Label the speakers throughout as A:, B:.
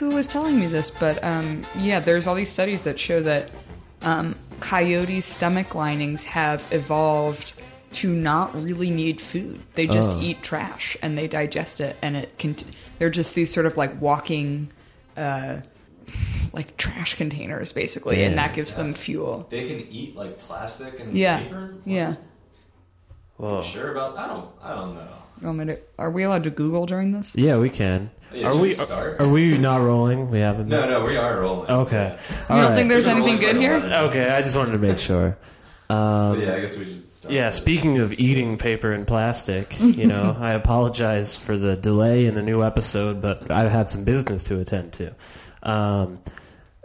A: was telling me this, but um, yeah, there's all these studies that show that um, coyotes' stomach linings have evolved to not really need food. They just
B: Oh.
A: eat trash and they digest it, and it can. they're just these sort of like walking, uh, like trash containers basically, and
B: Damn.
A: that gives them fuel.
C: They can eat like plastic and
A: Yeah,
C: paper. Like,
A: yeah.
D: Oh.
B: Whoa.
C: Sure about? I don't. I don't know.
A: You want me to- are we allowed to Google during this?
B: Yeah, we can.
C: Yeah,
B: are
C: should
B: we
C: we start?
B: are we not rolling? We haven't.
C: No, no, we are rolling.
B: Okay. All
A: you don't
B: right.
A: think there's
C: We've been
A: anything
C: rolling
A: good
C: for a
A: here?
C: while.
B: Okay, I just wanted to make sure.
C: But
B: Um,
C: yeah, I guess we should start.
B: Yeah, speaking of eating paper and plastic, you know, I apologize for the delay in the new episode, but I had some business to attend to. Um,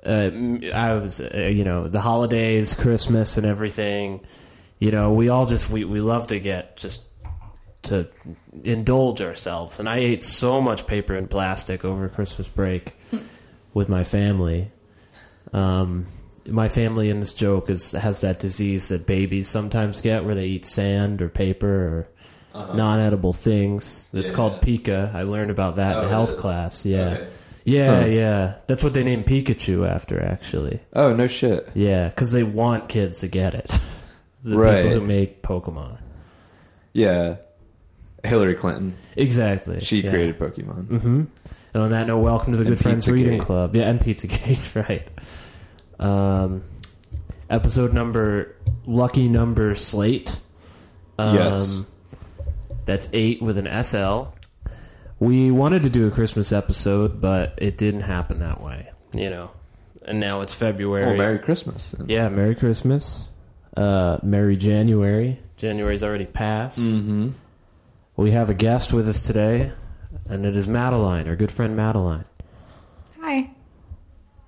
B: uh, m- I was, uh, you know, the holidays, Christmas, and everything. You know, we all just we we love to get just to indulge ourselves, and I ate so much paper and plastic over Christmas break with my family. Um, my family in this joke is has that disease that babies sometimes get, where they eat sand or paper or non-edible things.
C: Uh-huh.
B: It's
C: Yeah.
B: called pica. I learned about that
C: Oh,
B: in
C: it
B: health
C: is.
B: class. Yeah,
C: Okay.
B: yeah, yeah. That's what they named Pikachu after, actually.
D: Oh no shit.
B: Yeah, because they want kids to get it. The
D: Right.
B: people who make Pokemon.
D: Yeah. Hillary Clinton.
B: Exactly.
D: She
B: yeah. Mm-hmm.
D: created Pokemon.
B: And on that note, welcome to the
D: And
B: Good Friends
D: Pizzagate.
B: Reading Club. Yeah, and Pizzagate, right. Um, episode number, lucky number slate. Um,
D: Yes.
B: That's eight with an SL. We wanted to do a Christmas episode, but it didn't happen that way, you know. And now it's February.
D: Well, Oh, Merry Christmas. And
B: Yeah, Merry Christmas. Uh, Merry January. January's already passed.
D: Mm.
B: Mm-hmm. We have a guest with us today, and it is Madeline, our good friend Madeline.
A: Hi.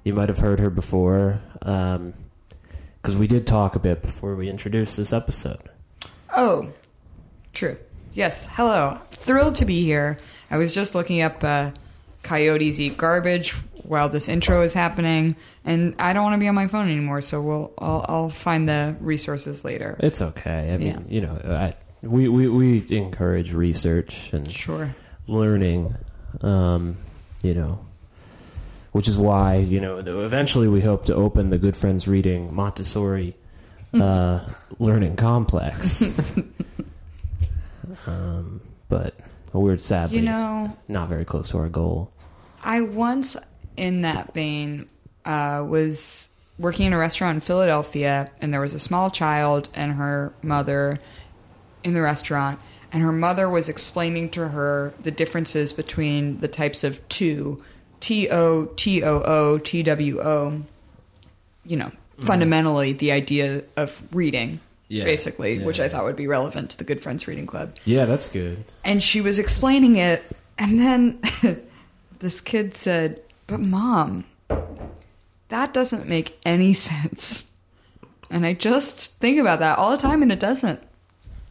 B: You might have heard her before, because we did talk a bit before we introduced this episode.
A: Oh, true. Yes. Hello. Thrilled to be here. I was just looking up uh, coyotes eat garbage while this intro is happening, and I don't want to be on my phone anymore. So we'll I'll, I'll find the resources later.
B: It's okay. I mean,
A: Yeah.
B: you know, I, we, we, we encourage research and
A: Sure.
B: learning, um, you know, which is why you know th- eventually we hope to open the Good Friends Reading Montessori uh, Learning Complex. um, but we're sadly
A: You know,
B: not very close to our goal.
A: I once, in that vein, uh, was working in a restaurant in Philadelphia, and there was a small child and her mother in the restaurant, and her mother was explaining to her the differences between the types of two, T O T O O T W O. You know, fundamentally, the idea of reading,
B: Mm-hmm. Yeah.
A: basically,
B: Yeah,
A: which I
B: yeah.
A: thought would be relevant to the Good Friends Reading Club
B: Yeah, that's good.
A: and she was explaining it and then this kid said but mom that doesn't make any sense and i just think about that all the time and it doesn't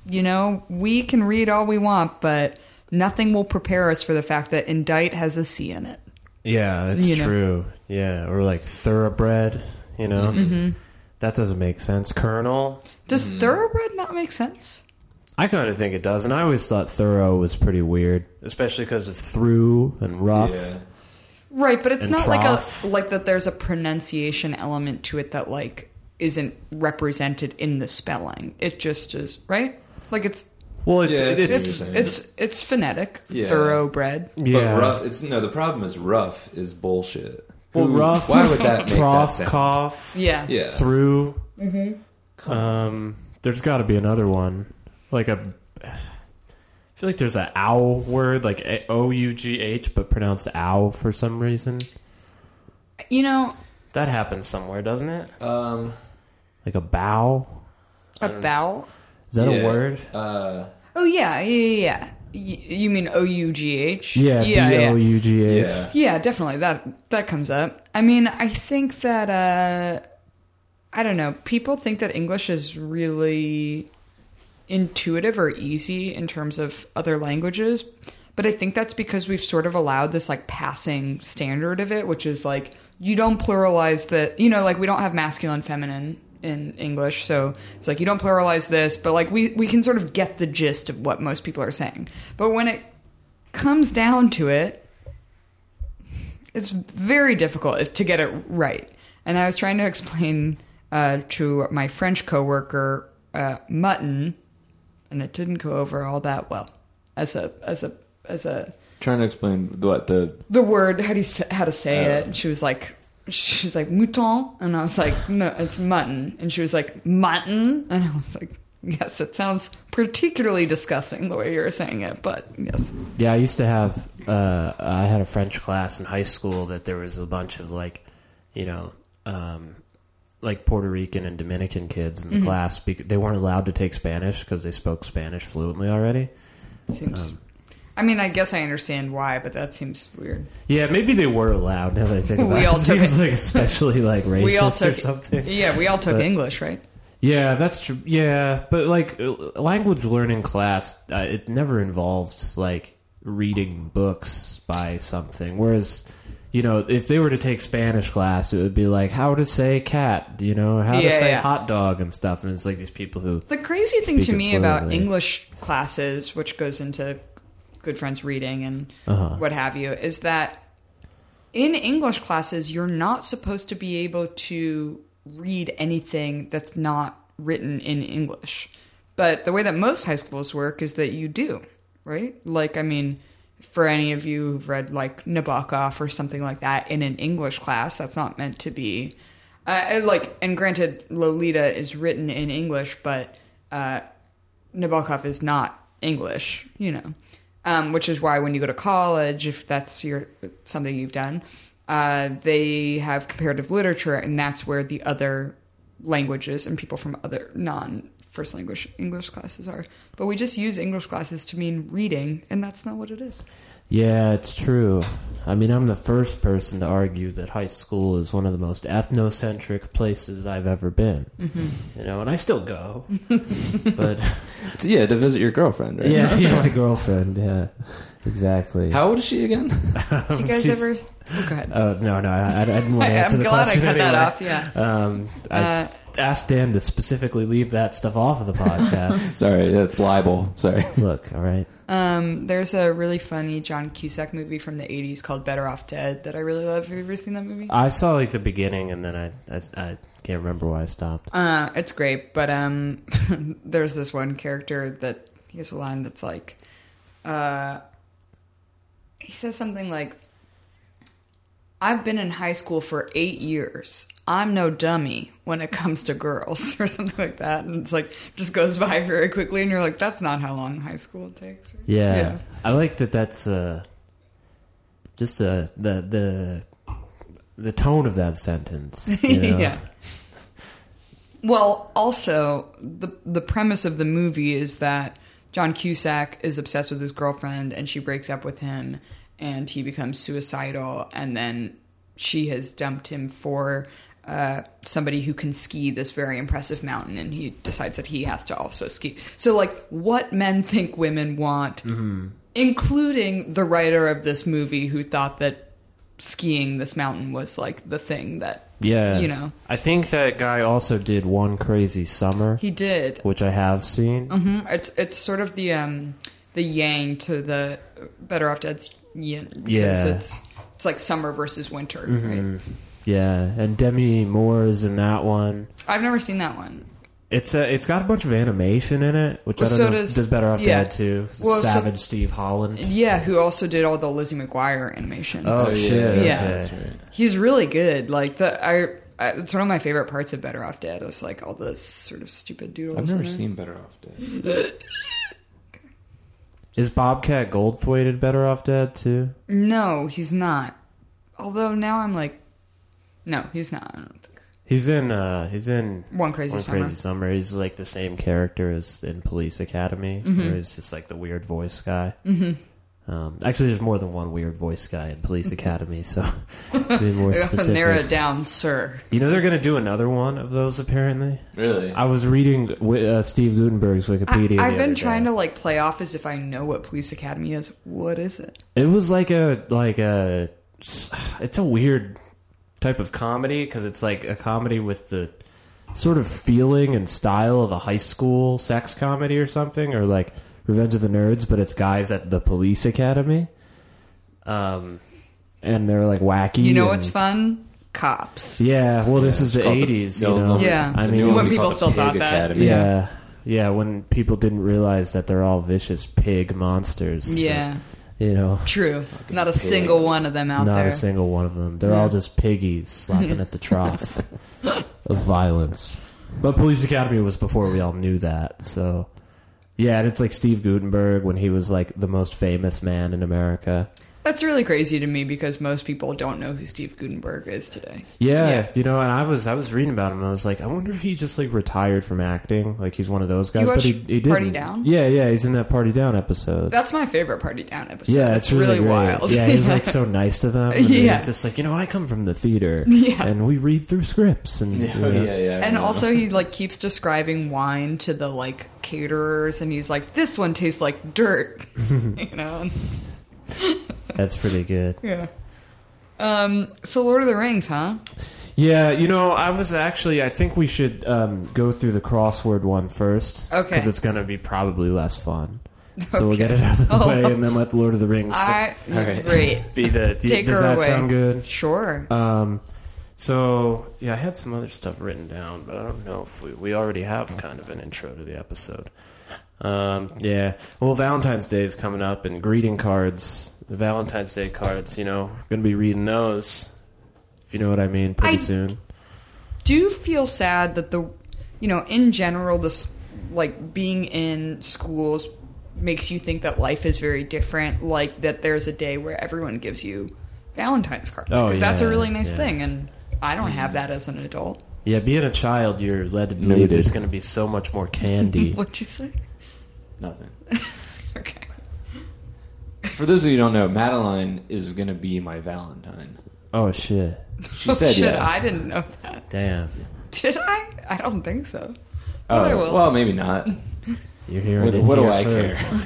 A: you know we can read all we want but nothing will prepare us for the fact that indict has a c in it
B: Yeah, that's
A: You know.
B: true. Yeah, or like thoroughbred. You know,
A: Mm-hmm.
B: that doesn't make sense. Colonel.
A: does thoroughbred not make sense
B: I kind of think it does, and I always thought thorough was pretty weird, especially because of through and rough.
C: Yeah.
A: right but it's
B: And
A: not
B: trough.
A: like a like that there's a pronunciation element to it that like isn't represented in the spelling it just is right like it's
B: Well, it's,
C: Yeah,
B: it's,
C: it's-
A: it's
C: Same.
A: it's it's phonetic,
C: Yeah.
A: thoroughbred.
B: yeah.
C: But rough. It's no. The problem is rough is bullshit.
B: well,
C: Who-
B: rough.
C: Why would that make that
B: trough
C: sound?
B: cough?
A: Yeah. Mm-hmm.
C: Yeah.
B: Through. Um, there's got to be another one, like a. I feel like there's an owl word, like O U G H, but pronounced owl for some reason.
A: You know,
B: That happens somewhere, doesn't it?
C: Um.
B: Like a bow.
A: a vowel.
B: Is that
C: yeah.
B: a word?
C: Uh.
A: Oh yeah, yeah, yeah. Y- you mean O U G H?
B: Yeah.
A: yeah,
B: B O
A: yeah.
B: U G H.
C: Yeah.
A: Yeah, definitely. That that comes up. I mean, I think that uh I don't know. People think that English is really intuitive or easy in terms of other languages, but I think that's because we've sort of allowed this like passing standard of it, which is like you don't pluralize the, you know, like we don't have masculine, feminine in English, so it's like you don't pluralize this, but like we we can sort of get the gist of what most people are saying. But when it comes down to it, it's very difficult to get it right. And I was trying to explain uh, to my French coworker uh, mutton, and it didn't go over all that well as a as a as a
D: Trying to explain what the
A: the word how do you say, how to say it and she was like she was like mouton and i was like no it's mutton and she was like mutton and i was like yes it sounds particularly disgusting the way you're saying it but yes
B: Yeah, I used to have. Uh, I had a French class in high school that there was a bunch of like, you know, um, like Puerto Rican and Dominican kids
A: Mm-hmm.
B: in the class. Because they weren't allowed to take Spanish because they spoke Spanish fluently already.
A: it seems i mean i guess i understand why but that seems weird
B: Yeah, maybe they were allowed. Now that I think
A: We
B: about it,
A: all
B: it
A: took
B: seems
A: it.
B: like especially like racist
A: we all took
B: or something.
A: yeah we all took
B: But-
A: english right
B: Yeah, that's true. Yeah, but like uh, language learning class, uh, it never involves like reading books by something. Whereas, you know, if they were to take Spanish class, it would be like how to say cat, you know, how
A: Yeah,
B: to say
A: yeah.
B: hot dog and stuff. And it's like these people who
A: The crazy thing to
B: Speak it
A: me about
B: fluently.
A: English classes, which goes into good friends reading and
B: Uh-huh.
A: what have you, is that in English classes, you're not supposed to be able to read anything that's not written in English. But the way that most high schools work is that you do, right? Like, I mean, for any of you who've read like Nabokov or something like that in an English class, that's not meant to be uh, and, like, and granted, Lolita is written in English, but uh, Nabokov is not English, you know. Um, which is why when you go to college, if that's your something you've done, uh, they have comparative literature, and that's where the other languages and people from other non first language English classes are. But we just use English classes to mean reading, and that's not what it is.
B: Yeah, it's true. I mean, I'm the first person to argue that high school is one of the most ethnocentric places I've ever been.
A: Mm-hmm.
B: You know, and I still go. but
D: it's- yeah to visit your girlfriend. Right?
B: yeah, yeah, my girlfriend, yeah. Exactly.
D: How old is she again?
A: You guys
B: She's-
A: ever? Oh, go ahead.
B: Oh no, no, I, I didn't want to
A: I,
B: answer
A: I'm
B: the
A: glad I
B: question
A: cut
B: anyway.
A: that off. Yeah.
B: Um, I
A: Uh,
B: asked Dan to specifically leave that stuff off of the podcast.
D: Sorry, that's libel. Sorry.
B: Look, all right.
A: Um, there's a really funny John Cusack movie from the 80s called Better Off Dead that I really love. Have you ever seen that movie?
B: I saw like the beginning, and then I, I, I can't remember why I stopped.
A: Uh, it's great, but um, there's this one character that he has a line that's like, uh, he says something like, "I've been in high school for eight years. I'm no dummy when it comes to girls," or something like that. And it's like just goes by very quickly, and you're like, "That's not how long high school takes."
B: Yeah.
A: Yeah.
B: I like that. That's uh, just uh, the the the tone of that sentence. you know?
A: yeah. Well, also the the premise of the movie is that John Cusack is obsessed with his girlfriend, and she breaks up with him, and he becomes suicidal, and then she has dumped him for uh, somebody who can ski this very impressive mountain, and he decides that he has to also ski. So, like, what men think women want, including the writer of this movie, who thought that skiing this mountain was like the thing that
B: yeah.
A: you know.
B: I think that guy also did one crazy summer,
A: He did.
B: which I have seen.
A: hmm It's it's sort of the um the yang to the Better Off Dead's yin. 'cause
B: Yeah. Mm-hmm.
A: It's it's like summer versus winter. Right?
B: Yeah, and Demi Moore is in that one.
A: I've never seen that one.
B: It's a, it's got a bunch of animation in it, which
A: Well,
B: I don't
A: so
B: know
A: does-
B: does, does Better Off
A: yeah.
B: Dead too.
A: Well, so-
B: Savage Steve Holland.
A: Yeah, who also did all the Lizzie McGuire animation.
B: Oh,
D: yeah.
B: shit!
A: Yeah.
B: Okay.
A: He's really good. Like the I. I, it's one of my favorite parts of Better Off Dead. It's like all the sort of stupid doodles.
D: I've never
A: in it.
D: seen Better Off Dead.
B: Is Bobcat Goldthwait in Better Off Dead too?
A: No, he's not. Although now I'm like, no, he's not. I don't think.
B: He's in uh he's in
A: One Crazy
B: One
A: Summer.
B: Crazy Summer. He's like the same character as in Police Academy,
A: Mm-hmm.
B: where he's just like the weird voice guy. Mm-hmm. Um, actually, there's more than one weird voice guy in Police Academy, so to be more
A: I have to narrow
B: specific.
A: it down, sir.
B: You know they're gonna do another one of those apparently.
D: Really?
B: I was reading wi- uh, Steve Gutenberg's Wikipedia.
A: I,
B: the
A: have been
B: other
A: trying
B: day.
A: to like play off as if I know what Police Academy is. What is it?
B: It was like a like a it's a weird type of comedy because it's like a comedy with the sort of feeling and style of a high school sex comedy or something or like Revenge of the Nerds, but it's guys at the police academy. Um, and they're like wacky.
A: You know
B: and-
A: what's fun? Cops.
B: Yeah, well, this is the
D: called the-
B: '80s.
D: no,
B: you know,
D: the-
A: Yeah.
B: I
A: the
B: mean,
A: new
B: when
A: one people
B: people-
A: still thought that.
B: yeah. yeah, when people didn't realize that they're all vicious pig monsters. so,
A: Yeah,
B: you know,
A: true. Not a single
D: pigs.
A: one of them out
B: not
A: there.
B: a single one of them. They're all just piggies slapping at the trough of violence. But Police Academy was before we all knew that, so. Yeah, and it's like Steve Gutenberg when he was like the most famous man in America.
A: That's really crazy to me because most people don't know who Steve Gutenberg is today.
B: Yeah,
A: Yeah.
B: you know, and I was I was reading about him. and I was like, I wonder if he just like retired from acting. Like he's one of those
A: you
B: guys, but
A: watch
B: he, he didn't.
A: Party Down?
B: Yeah, yeah, he's in that Party Down episode.
A: That's my favorite Party Down episode.
B: yeah,
A: it's,
B: it's, really, great.
A: wild.
B: Yeah, he's like so nice to them. And
A: Yeah.
B: he's just like you know, I come from the theater,
A: Yeah.
B: and we read through scripts, and you know.
C: Oh, yeah, yeah. I
A: and
C: remember.
A: also he like keeps describing wine to the like caterers, and he's like, "This one tastes like dirt," you know. and-
B: that's pretty good.
A: Yeah. Um. So Lord of the Rings, huh?
B: Yeah, you know, I was actually I think we should um, go through the crossword one first,
A: Okay.
B: because it's gonna be probably less fun. So we'll
A: Okay.
B: get it out of the
A: Oh.
B: way, and then let the Lord of the Rings
A: I
D: right.
A: great.
B: be the.
A: Take
B: does
A: her
B: that
A: away.
B: sound good?
A: Sure.
B: Um, so yeah, I had some other stuff written down, but I don't know if we we already have kind of an intro to the episode. Um, yeah. Well, Valentine's Day is coming up, and greeting cards, Valentine's Day cards. You know, gonna be reading those. If you know what I mean, pretty
A: I-
B: soon.
A: do feel sad that the you know in general this like being in schools makes you think that life is very different like that there's a day where everyone gives you valentine's cards
B: Oh,
A: that's a
B: yeah,
A: really nice
B: yeah.
A: thing and i don't have that as an adult
B: Yeah, being a child, you're led to believe
D: Muted.
B: there's gonna be so much more candy.
A: what'd you say
D: Nothing.
A: okay
D: For those of you who don't know, Madeline is gonna be my Valentine.
B: oh shit!
D: She said
A: Oh, shit,
D: yes.
A: i didn't know that
B: Damn,
A: did i i don't think so
D: Oh,
A: but i will
D: well, maybe not.
B: you're hearing
D: What,
B: it
D: what do
B: here
D: I
B: first.
D: care?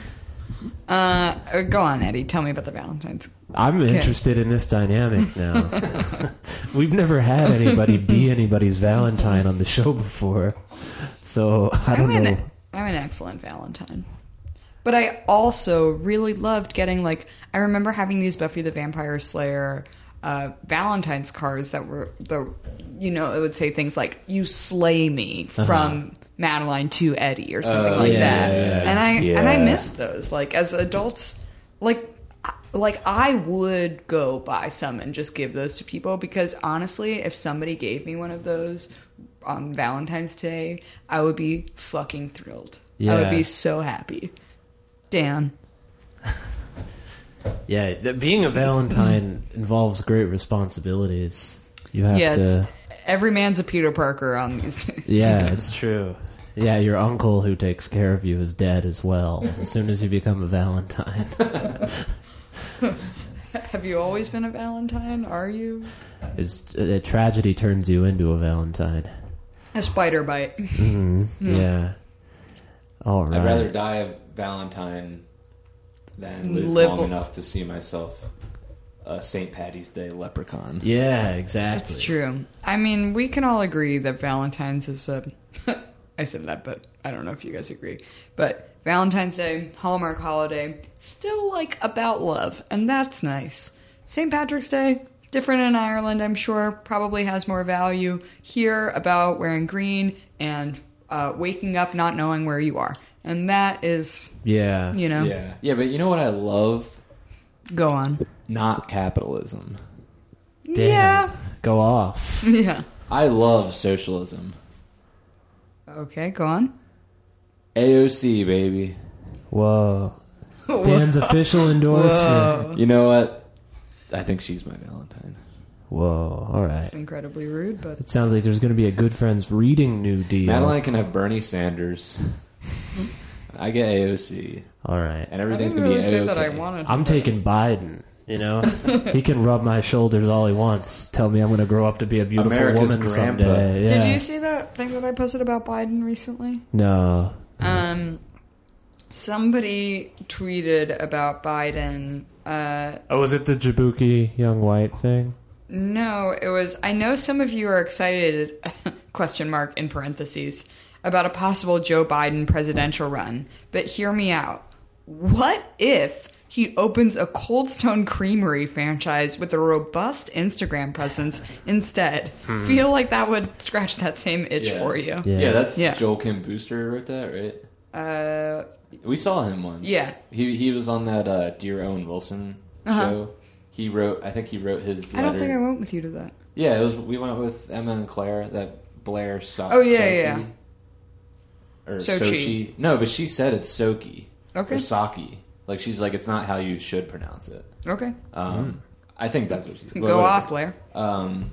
A: uh uh, go on eddie tell me about the valentine's
B: I'm interested in this dynamic now. We've never had anybody be anybody's Valentine on the show before, so I don't
A: am
B: know.
A: An, I'm an excellent Valentine. But I also really loved getting like I remember having these Buffy the Vampire Slayer uh, Valentine's cards that were the you know it would say things like "You slay me" from Madeline to Eddie or something
D: Uh-huh. Oh,
A: like
D: yeah,
A: that,
D: yeah,
A: and I and I
D: yeah.
A: missed those like as adults like I- like I would go buy some and just give those to people because honestly, if somebody gave me one of those on Valentine's Day, I would be fucking thrilled. I would
B: Yeah.
A: be so happy. Dan,
B: Yeah, th- being a Valentine involves great responsibilities. You have
A: yeah, it's,
B: to.
A: every man's a Peter Parker on these days.
B: Yeah, it's true. Yeah, your uncle who takes care of you is dead as well. As soon as you become a Valentine,
A: Have you always been a Valentine? Are you
B: it's a a tragedy turns you into a Valentine.
A: a spider bite? Hmm.
B: Yeah. All right.
D: I'd rather die a Valentine than live,
A: Live-
D: long enough to see myself a St. Patty's Day leprechaun.
B: Yeah, exactly.
A: That's true. I mean, we can all agree that Valentine's is a. I said that, but I don't know if you guys agree. But Valentine's Day, Hallmark holiday, still like about love, and that's nice. St. Patrick's Day, different in Ireland, I'm sure, probably has more value here about wearing green and uh, waking up not knowing where you are. And that is,
B: Yeah.
A: you know,
D: Yeah. Yeah, but you know what I love?
A: go on.
D: Not capitalism.
B: Damn.
A: Yeah.
B: Go off.
A: Yeah.
D: I love socialism.
A: Okay, go on.
D: AOC, baby.
B: Whoa. Dan's official endorsement.
A: Whoa.
D: You know what? I think she's my Valentine.
B: Whoa. All right.
A: It's incredibly rude, but
B: It sounds like there's going to be a good friends reading new deal.
D: Madeline can have Bernie Sanders. I get AOC.
B: All right.
D: And everything's
A: I didn't
D: going to be
A: really say
D: AOC.
A: that I wanted.
B: I'm taking Biden. You know, he can rub my shoulders all he wants. Tell me I'm going to grow up to be a beautiful
D: America's
B: woman
D: grandpa.
B: someday. Yeah.
A: Did you see that thing that I posted about Biden recently?
B: No.
A: Um, somebody tweeted about Biden. Uh,
B: Oh, was it the Jabuki young white thing?
A: no, it was. I know some of you are excited. question mark in parentheses about a possible Joe Biden presidential run, but hear me out. What if he opens a Cold Stone Creamery franchise with a robust Instagram presence instead. Feel like that would scratch that same itch
D: Hmm. Yeah.
A: for you.
B: Yeah.
D: Yeah, that's
A: Yeah.
D: Joel Kim Booster wrote that, right?
A: Uh,
D: We saw him once.
A: Yeah.
D: he he was on that uh, Dear Owen Wilson
A: Uh-huh.
D: show. He wrote, I think he wrote his.
A: I
D: Letter.
A: don't think I went with you to that.
D: Yeah, it was. We went with Emma and Claire. That Blair sock.
A: Oh, yeah, yeah, yeah.
D: Or
A: Sochi.
D: Sochi. No, but she said it's Soki
A: Okay.
D: or Saki. Like she's like, it's not how you should pronounce it.
A: Okay.
B: Hmm.
D: Um, I think that's what she.
A: Go
D: whatever.
A: off, Blair.
D: Um,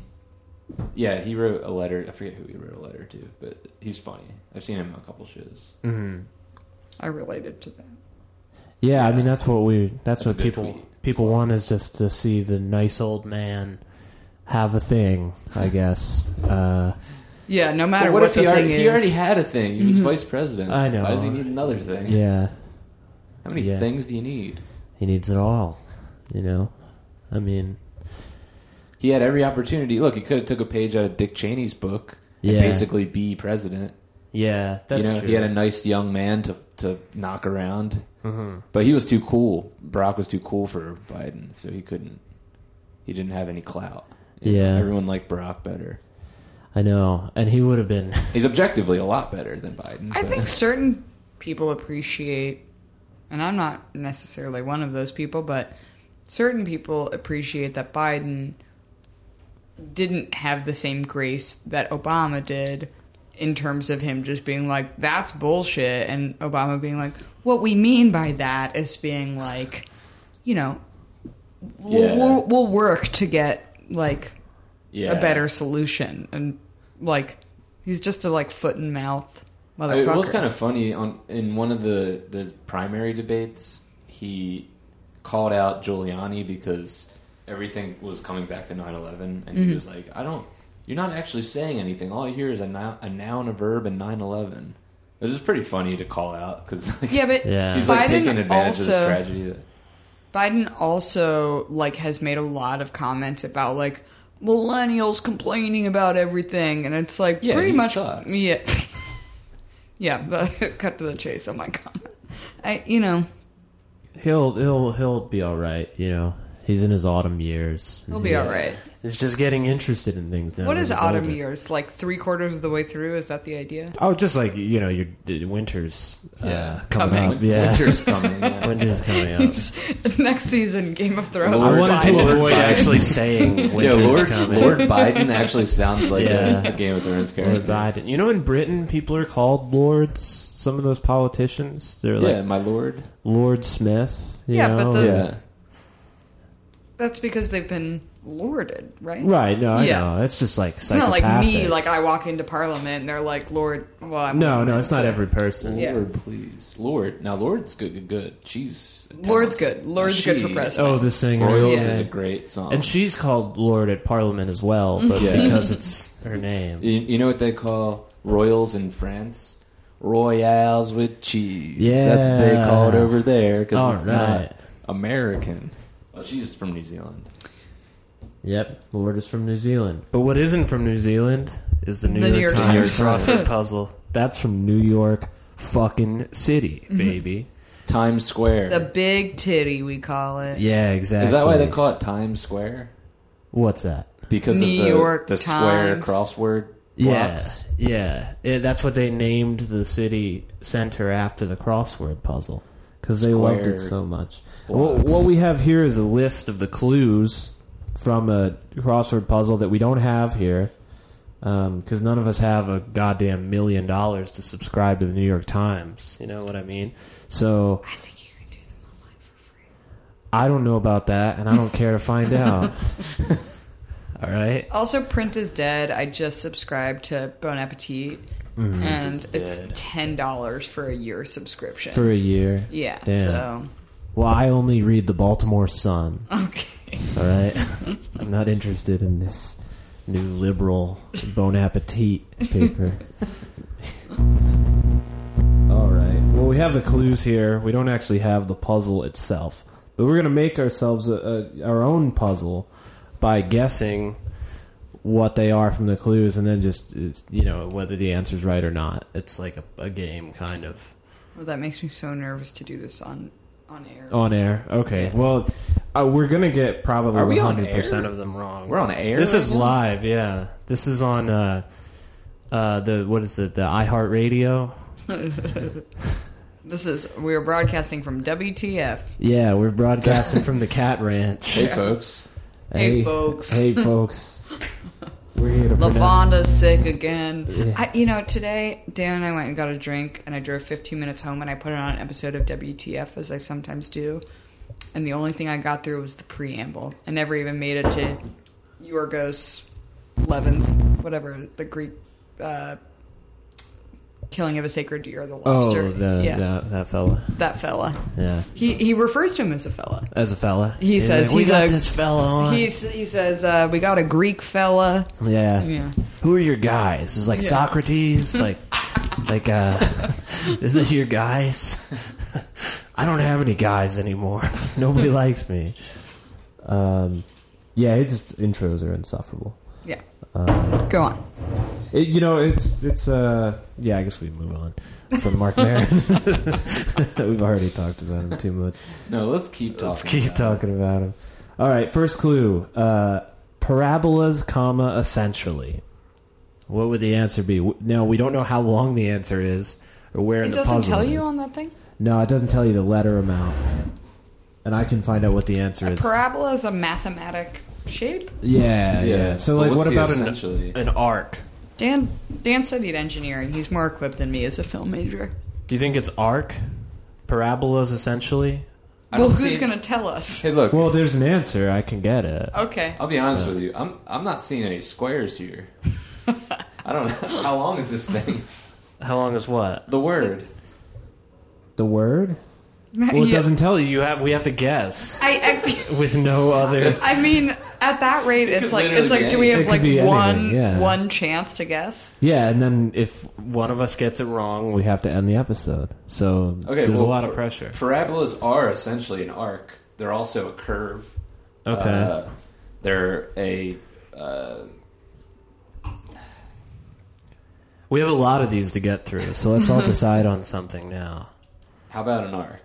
D: yeah, he wrote a letter. I forget who he wrote a letter to, but he's funny. I've seen him on a couple shows.
A: I related to that.
B: Yeah, I mean that's what we that's,
D: That's a
B: what
D: good
B: people
D: tweet.
B: people want is just to see the nice old man have a thing, I guess. Uh,
A: Yeah, no matter
D: But
A: what,
D: what if
A: the
D: he already,
A: thing is.
D: he already had a thing? He was vice president.
B: Mm-hmm. I know.
D: Why does he need another thing?
B: yeah,
D: How many
B: Yeah.
D: things do you need?
B: he needs it all, you know. I mean,
D: He had every opportunity. Look, he could have took a page out of Dick Cheney's book
B: Yeah.
D: and basically be president.
B: yeah, that's
D: you know,
B: true.
D: he had a nice young man to to knock around,
B: Mm-hmm.
D: but he was too cool. Barack was too cool for Biden, so he couldn't. He didn't have any clout. You know,
B: Yeah.
D: everyone liked Barack better.
B: I know, and he would have been.
D: He's objectively a lot better than Biden.
A: I
D: but-
A: think certain people appreciate, and I'm not necessarily one of those people, but certain people appreciate that Biden didn't have the same grace that Obama did in terms of him just being like, that's bullshit. And Obama being like, what we mean by that is being like, you know, we'll,
D: Yeah.
A: we'll, we'll work to get like
D: yeah.
A: a better solution. And like, he's just a like foot and mouth
D: I mean,
A: motherfucker.
D: it was kind of funny on in one of the the primary debates. He called out Giuliani because everything was coming back to 9-11. and
A: Mm-hmm.
D: he was like, "I don't, you're not actually saying anything. All I hear is a, nou- a noun, a verb, and 9-11. It was just pretty funny to call out because like,
A: Yeah, but
B: Yeah.
D: he's
A: Biden
D: like taking advantage
A: also,
D: of this tragedy. That,
A: Biden also like has made a lot of comments about like millennials complaining about everything, and it's like
D: Yeah,
A: pretty
D: he
A: much
D: sucks.
A: yeah, yeah. But cut to the chase on my comment. I you know
B: he'll he'll he'll be all right, you know. He's in his autumn years.
A: he'll be
B: Yeah.
A: all right.
B: He's just getting interested in things now.
A: what
B: that
A: is
B: he's
A: autumn
B: older.
A: years like? Three quarters of the way through? Is that the idea?
B: Oh, just like you know, your d- winter's uh,
D: Yeah.
B: coming,
A: Coming.
B: up. Yeah,
D: Winter's coming. yeah.
B: winter's coming up.
A: Next season, Game of Thrones.
D: Lord
B: I wanted to
D: Biden.
B: avoid actually saying
D: Yeah,
B: winter's
D: Lord,
B: coming.
D: Lord Biden actually sounds like
B: Yeah.
D: a, a Game of Thrones
B: Lord
D: character.
B: Biden. You know, in Britain, people are called lords. Some of those politicians, they're
D: Yeah,
B: like
D: my lord.
B: Lord Smith. you
A: Yeah, but
B: know?
A: the-
D: Yeah.
A: That's because they've been lorded, right?
B: right. No, I
A: Yeah.
B: know. It's just like
A: It's not
B: psychopathic.
A: like me, like I walk into Parliament and they're like, "Lord, well, I'm
B: no, no,
A: Lord,"
B: it's not
A: so-
B: every person.
A: Yeah.
D: Lord, please, Lord. Now, Lord's good. Good. good. She's
A: Lord's good. Lord's good for
D: She-
A: president.
B: Oh, the singer.
D: Royals
A: Yeah.
D: is a great song.
B: And she's called Lord at Parliament as well, but
A: Mm-hmm.
D: Yeah.
B: because it's her name.
D: you, you know what they call Royals in France? Royals with cheese.
B: Yeah.
D: that's what they call it over
B: All
D: there because it's
B: right.
D: not American. Well, she's from New Zealand.
B: Yep, Lord is from New Zealand. But what isn't from New Zealand is the New
A: The
B: York,
A: New York
B: Times
A: Times.
B: crossword puzzle. That's from New York fucking city,
A: Mm-hmm.
B: baby.
D: Times Square.
A: The big titty, we call it.
B: Yeah, exactly.
D: is that why they call it Times Square?
B: What's that?
D: Because
A: New
D: of the,
A: York
D: the square
A: Times.
D: crossword blocks.
B: Yes, Yeah, yeah. It- that's what they named the city center after the crossword puzzle because they loved it
D: Square
B: so much.
D: blocks.
B: What, what we have here is a list of the clues from a crossword puzzle that we don't have here because none of us have a goddamn million dollars to subscribe to the New York Times. You know what I mean? So
A: I think you can do them online for free.
B: I don't know about that, and I don't care to find out. All right.
A: Also, Print is Dead. I just subscribed to Bon Appetit,
B: Mm-hmm.
A: and it's ten dollars for a year subscription.
B: For a year.
A: yeah,
B: Damn.
A: so
B: Well, I only read the Baltimore Sun.
A: okay.
B: All right, I'm not interested in this new liberal Bon Appetit paper. All right. Well, we have the clues here. We don't actually have the puzzle itself, but we're gonna make ourselves a, a, our own puzzle by guessing what they are from the clues, and then just it's, you know whether the answer's right or not. It's like a, a game, kind of.
A: Well, that makes me so nervous to do this on on air.
B: on air. Okay,
D: Yeah.
B: well, uh, we're gonna get probably
D: Are we on
B: 100 percent
D: air?
B: of them wrong.
D: We're on air.
B: This
D: right
B: is
D: now?
B: live. Yeah, this is on uh, uh, the what is it? The iHeartRadio.
A: This is we are broadcasting from WTF.
B: Yeah, we're broadcasting from the Cat Ranch.
D: Hey, folks.
A: Hey, folks.
B: Hey folks. We're here to pronounce-
A: Lavonda's sick again.
B: Yeah.
A: I, you know, today Dan and I went and got a drink, and I drove 15 minutes home, and I put on an episode of WTF as I sometimes do, and the only thing I got through was the preamble. I never even made it to Yorgos 11th, whatever the Greek uh, killing of a sacred deer, the
B: Oh,
A: lobster.
B: the,
A: yeah,
B: that, that fella.
A: that fella.
B: Yeah,
A: He he refers to him as a fella.
B: as a fella.
A: He
B: He's
A: says
B: like, we
A: he's
B: got
A: a-
B: this fella on.
A: He's, he says uh, we got a Greek fella.
B: Yeah.
A: Yeah.
B: Who are your guys? Is like
A: Yeah.
B: Socrates? Like, like, uh, is this your guys? I don't have any guys anymore. Nobody likes me.
E: Um, yeah, his intros are insufferable.
A: Yeah,
E: Um,
B: Uh,
A: go on.
E: it, you know, it's it's uh yeah. I guess we move on from Mark Maron. We've already talked about him too much.
D: No, let's keep talking.
B: Let's keep
D: about it.
B: talking.
E: Talking about him. All right, first clue: uh, parabolas, comma, essentially. What would the answer be? W- Now we don't know how long the answer is or where in
A: It
E: the
A: doesn't
E: puzzle
A: tell
E: it
A: you
E: is.
A: on that thing.
E: no, it doesn't tell you the letter amount, and I can find out what the answer
A: A
E: is.
A: parabola is a mathematic shape.
E: yeah, yeah, So
D: But what's
E: like, what
D: the
E: about an
D: essentially?
B: An arc.
A: Dan Dan studied engineering. He's more equipped than me as a film major.
B: Do you think it's arc? Parabolas, essentially.
D: I
A: well,
D: don't
A: who's
D: see-
A: going to tell us?
D: Hey, look.
E: Well, there's an answer. I can get it.
A: Okay.
D: I'll be honest with you. I'm I'm not seeing any squares here. I don't know how long is this thing.
B: How long is what?
D: The word.
E: The word?
B: Well, it
A: Yeah.
B: doesn't tell you. You have. We have to guess
A: I,
B: with no other.
A: I I mean, at that rate, it's
D: could
A: like
D: literally
A: it's like
D: be
A: do we
E: anything.
A: have
E: It could
A: like
E: be
A: one
E: anything, yeah.
A: one chance to guess?
E: Yeah, and then if
B: One of us gets it wrong.
E: we
B: We,
E: have to end the episode, so
D: Okay,
B: there's
D: well,
B: a lot of pressure.
D: Parabolas are essentially an arc. They're also a curve.
B: Okay.
D: Uh, they're a. Uh,
B: We have a lot of these to get through, so let's all decide on something now.
D: how about an arc?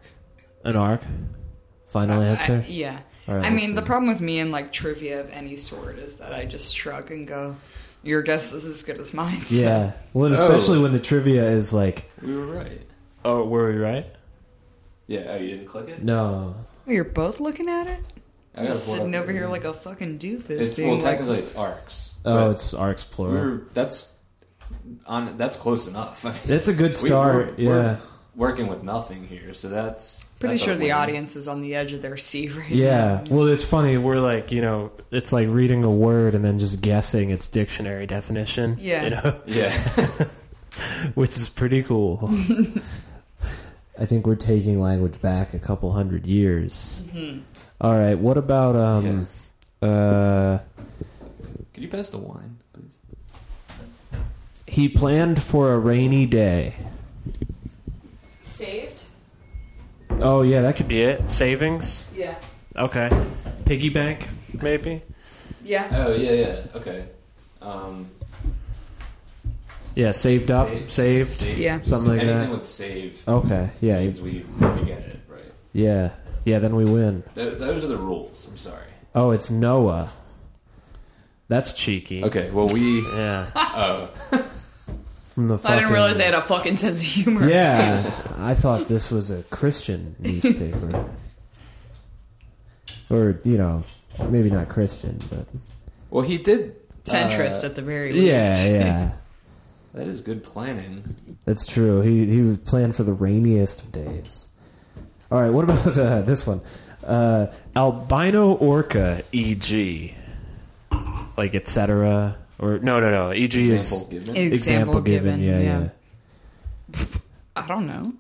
B: An arc?
E: final
A: I,
E: answer.
A: yeah.
E: All right,
A: I
E: let's
A: mean, the
E: see.
A: problem with me and like trivia of any sort is that I just shrug and go, "Your guess is as good as mine." so-
E: Yeah. Well, and especially when the trivia is like,
D: We were right.
B: Oh, were we right?
D: Yeah. Oh, you didn't click it.
E: no,
A: Oh, You're both looking at it.
D: I
A: I'm
D: got
A: sitting over here like a fucking doofus.
D: It's
A: being
D: well,
A: like,
D: technically it's arcs.
E: oh,
D: but
E: it's arcs
D: we
E: plural.
D: were, that's on. That's close enough. I mean,
E: That's a good
D: we-
E: start.
D: we're- we're
E: yeah.
D: working with nothing here, so that's
A: Pretty
D: that's a
A: sure the
D: win.
A: audience is on the edge of their seat right now.
E: Yeah. Well,
B: It's funny, we're like, you know, it's like reading a word and then just guessing its dictionary definition.
A: Yeah.
B: You know,
D: Yeah.
B: which is pretty cool.
E: I think we're taking language back a couple hundred years. All right. What about um, uh,
D: Could you pass the wine, please?
E: he planned for a rainy day?
A: Saved?
E: Oh yeah, that could be.
B: Be it? Savings?
A: Yeah.
B: Okay. Piggy bank, maybe?
A: Yeah.
D: Oh yeah, yeah. Okay. Um,
E: Yeah, saved up,
D: save-
E: saved,
D: save-
A: Yeah.
E: something like
D: Anything
E: that.
D: with save
E: Okay. Yeah.
D: means we, we get it right.
E: Yeah. Yeah, then we win.
D: Th- those are the rules. I'm sorry.
E: Oh, it's Noah.
B: That's cheeky.
D: Okay. Well, we.
B: Yeah.
D: Oh,
E: From the
A: I didn't
E: fucking-
A: realize they had a fucking sense of humor.
E: Yeah. I thought this was a Christian newspaper. or, you know, maybe not Christian, but.
D: well, he did.
A: Centrist
D: uh,
A: at the very least.
E: Yeah, yeah.
D: that is good planning.
E: That's true. He, he planned for the rainiest of days. All right, what about uh, this one? Uh, E
B: Albino orca, e.g. Like, etc. Or, no, no, no.
E: E
B: E.g.
D: Example
B: is.
D: given.
A: Example, given.
E: Yeah,
A: yeah.
E: yeah.
A: I don't know.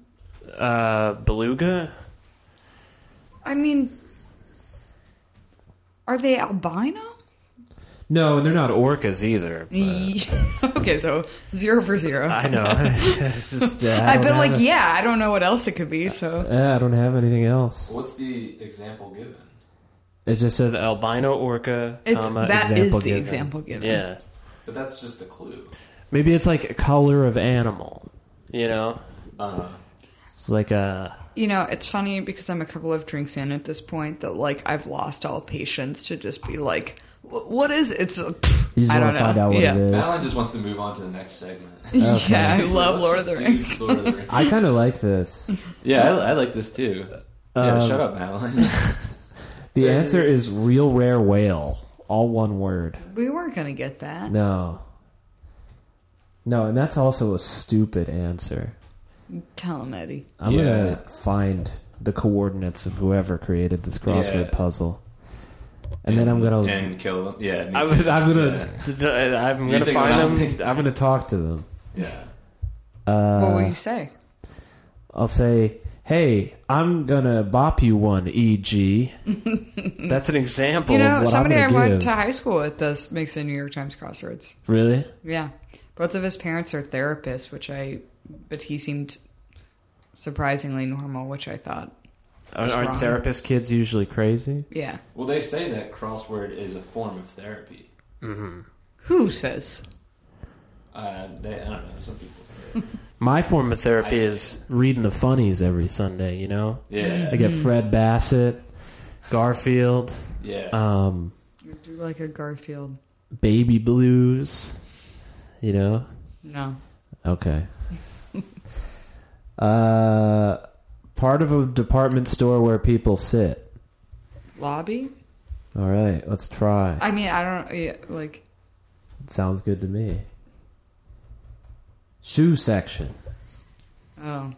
B: Uh, beluga?
A: I mean, are they albino?
B: No, and they're not orcas either.
A: okay, so zero for zero.
B: I know. It's just, uh,
A: I've been
E: don't
A: like,
E: have
A: yeah, I don't know what else it could be, so.
E: Uh, I don't have anything else.
D: What's the example given?
B: it just says albino orca.
A: It's,
E: um, uh,
B: comma,
A: that is
B: example
A: the
B: given.
A: example given.
B: Yeah,
D: But that's just a clue.
B: maybe it's like color of animal. You know,
D: Uh huh.
B: It's like a
A: You know, it's funny because I'm a couple of drinks in at this point that like I've lost all patience to just be like, "Wh- what is it? it's?
F: You just
A: I
F: want
A: don't
F: to
A: know.
F: find out what
A: yeah.
F: it is.
D: Madeline just wants to move on to the next segment.
A: Yeah, I
D: She's like,
A: love
D: "Let's
A: Lord of
D: just
A: the
D: do
A: Rings.
D: Lord of the Rings.
E: I kind of like this.
D: Yeah, I, I like this too. Yeah,
E: Um,
D: shut up, Madeline.
E: The answer is real rare whale. All one word.
A: We weren't gonna get that.
E: No. No, and that's also a stupid answer.
A: Tell him, Eddie.
E: I'm
D: Yeah.
E: gonna find the coordinates of whoever created this crossword
D: Yeah.
E: puzzle, and then I'm gonna
D: and kill them. Yeah, me
B: I'm,
D: too.
B: I'm gonna I'm
D: You
B: gonna
D: think
B: find
D: about
B: them.
D: me?
E: I'm gonna talk to them.
D: yeah.
F: Uh,
A: what would you say?
E: I'll say, "Hey, I'm gonna bop you one, E.G."
B: That's an example.
A: You
E: what
A: know,
E: I'm
A: somebody I
E: gonna
A: went
E: give.
A: to high school with this makes the New York Times crossroads.
E: Really?
A: Yeah, both of his parents are therapists, which I, but he seemed surprisingly normal, which I thought,
B: Are,
A: It's
B: aren't
A: wrong.
B: therapist kids usually crazy?
A: yeah.
D: Well, they say that crossword is a form of therapy.
A: Who says?
D: Uh, they, I don't know. Some people say. It.
B: My form of
D: I
B: therapy
D: see.
B: is reading the funnies every Sunday. You know,
D: Yeah,
E: I get
A: Mm.
E: Fred Bassett,
B: Garfield,
D: yeah. Uh,
B: um,
A: You do like a Garfield?
B: Baby Blues. You know,
A: No.
E: Okay. uh, part of a department store where people sit.
A: Lobby?
E: All right, let's try.
A: I mean, I don't yeah, like.
E: Sounds good to me. Shoe section.
A: Oh,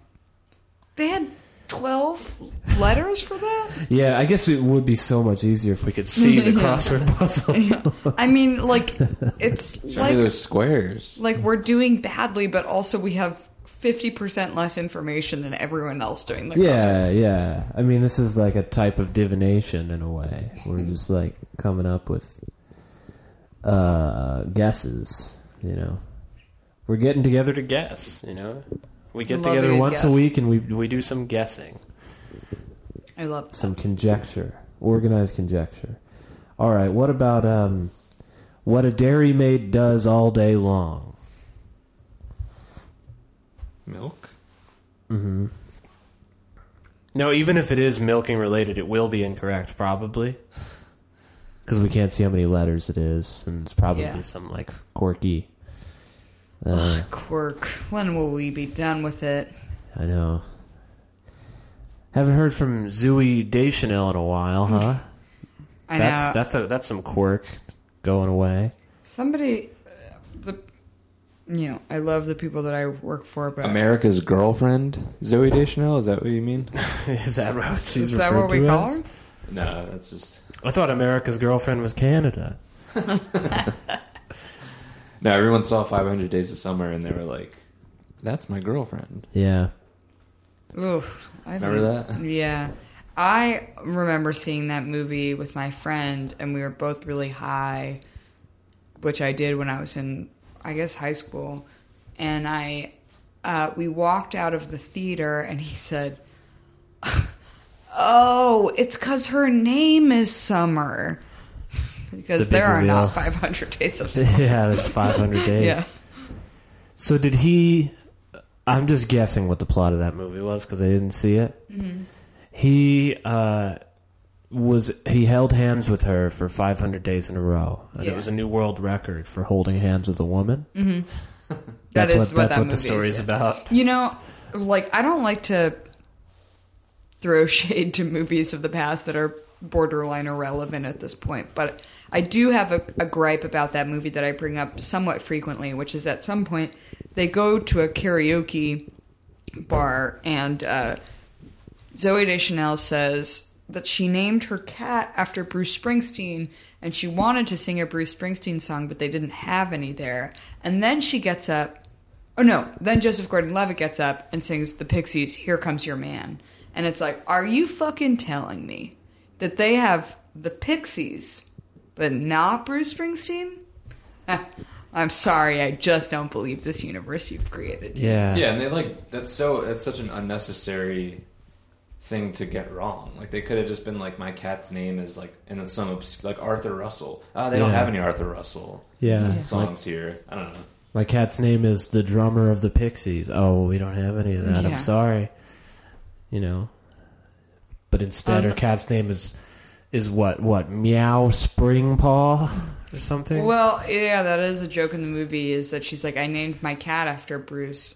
A: they had twelve letters for that.
E: Yeah, I guess it would be so much easier if we
B: we could see the crossword puzzle.
A: I mean, like it's like
D: squares.
A: like we're doing badly, but also we have fifty percent less information than everyone else doing the crossword.
E: Yeah, yeah. I mean, this is like a type of divination in a way. We're just like coming up with uh, guesses, you know.
B: We're getting together to guess. You know, we get
A: Love a
B: together
A: good
B: once
A: guess.
B: a week and we we do some guessing.
A: I love that.
E: Some conjecture, organized conjecture. All right, what about um, what a dairy maid does all day long?
D: Milk.
B: No, even if it is milking related, it will be incorrect probably.
E: Because we can't see how many letters it is, and it's probably
A: Yeah.
E: some like quirky.
B: Uh,
A: Quirk. When will we be done with it?
E: I know.
B: Haven't heard from Zooey Deschanel in a while, huh?
A: I
B: that's
A: know
B: that's a that's some quirk going away.
A: somebody. Uh, the you know I love the people that I work for, but
D: America's girlfriend, Zoe Deschanel. Is that what you mean?
B: Is that what she's
A: is that what we
B: referred to
A: call
B: as?
A: her?
D: no, that's just
B: I thought America's girlfriend was Canada.
D: no. Everyone saw 500 Days of Summer, and they were like, "That's my girlfriend."
E: Yeah.
A: Oof, I
D: Remember
A: think-
D: that?
A: Yeah. I remember seeing that movie with my friend, and we were both really high, which I did when I was in, I guess, high school. And I, uh, we walked out of the theater, and he said, "Oh, it's because her name is Summer." Because
B: The big
A: there are
B: reveal.
A: not 500 days of summer.
B: yeah, there's 500 days.
A: yeah.
B: So did he? I'm just guessing what the plot of that movie was because I didn't see it.
A: Mm-hmm.
B: He uh, was he held hands with her for 500 days in a row, and
A: Yeah. Mm-hmm.
B: it was a new world record for holding hands with a woman.
A: That
B: that's
A: is what that
B: what, that's what the
A: movie
B: story
A: is,
B: is about.
A: You know, like I don't like to throw shade to movies of the past that are borderline irrelevant at this point, but I do have a, a gripe about that movie that I bring up somewhat frequently, which is at some point they go to a karaoke bar and uh, Zoe Deschanel says that she named her cat after Bruce Springsteen and she wanted to sing a Bruce Springsteen song, but they didn't have any there. And then she gets up. Oh, no. Then Joseph Gordon Levitt gets up and sings The Pixies, Here Comes Your Man. And it's like, are you fucking telling me that they have The Pixies, but not Bruce Springsteen? I'm sorry, I just don't believe this universe you've created.
B: Yeah,
D: Yeah, and they like that's so that's such an unnecessary thing to get wrong. Like they could have just been like, "My cat's name is like," and then some obs- like Arthur Russell. Ah, they don't
B: Yeah.
D: have any Arthur Russell
B: yeah.
D: songs here. I don't know.
B: My cat's name is the drummer of the Pixies. Oh, we don't have any of that.
A: Yeah.
B: I'm sorry. you know. But instead,
A: Um,
B: her cat's name is is what what meow springpaw or something.
A: Well, yeah, that is a joke in the movie is that she's like, I named my cat after Bruce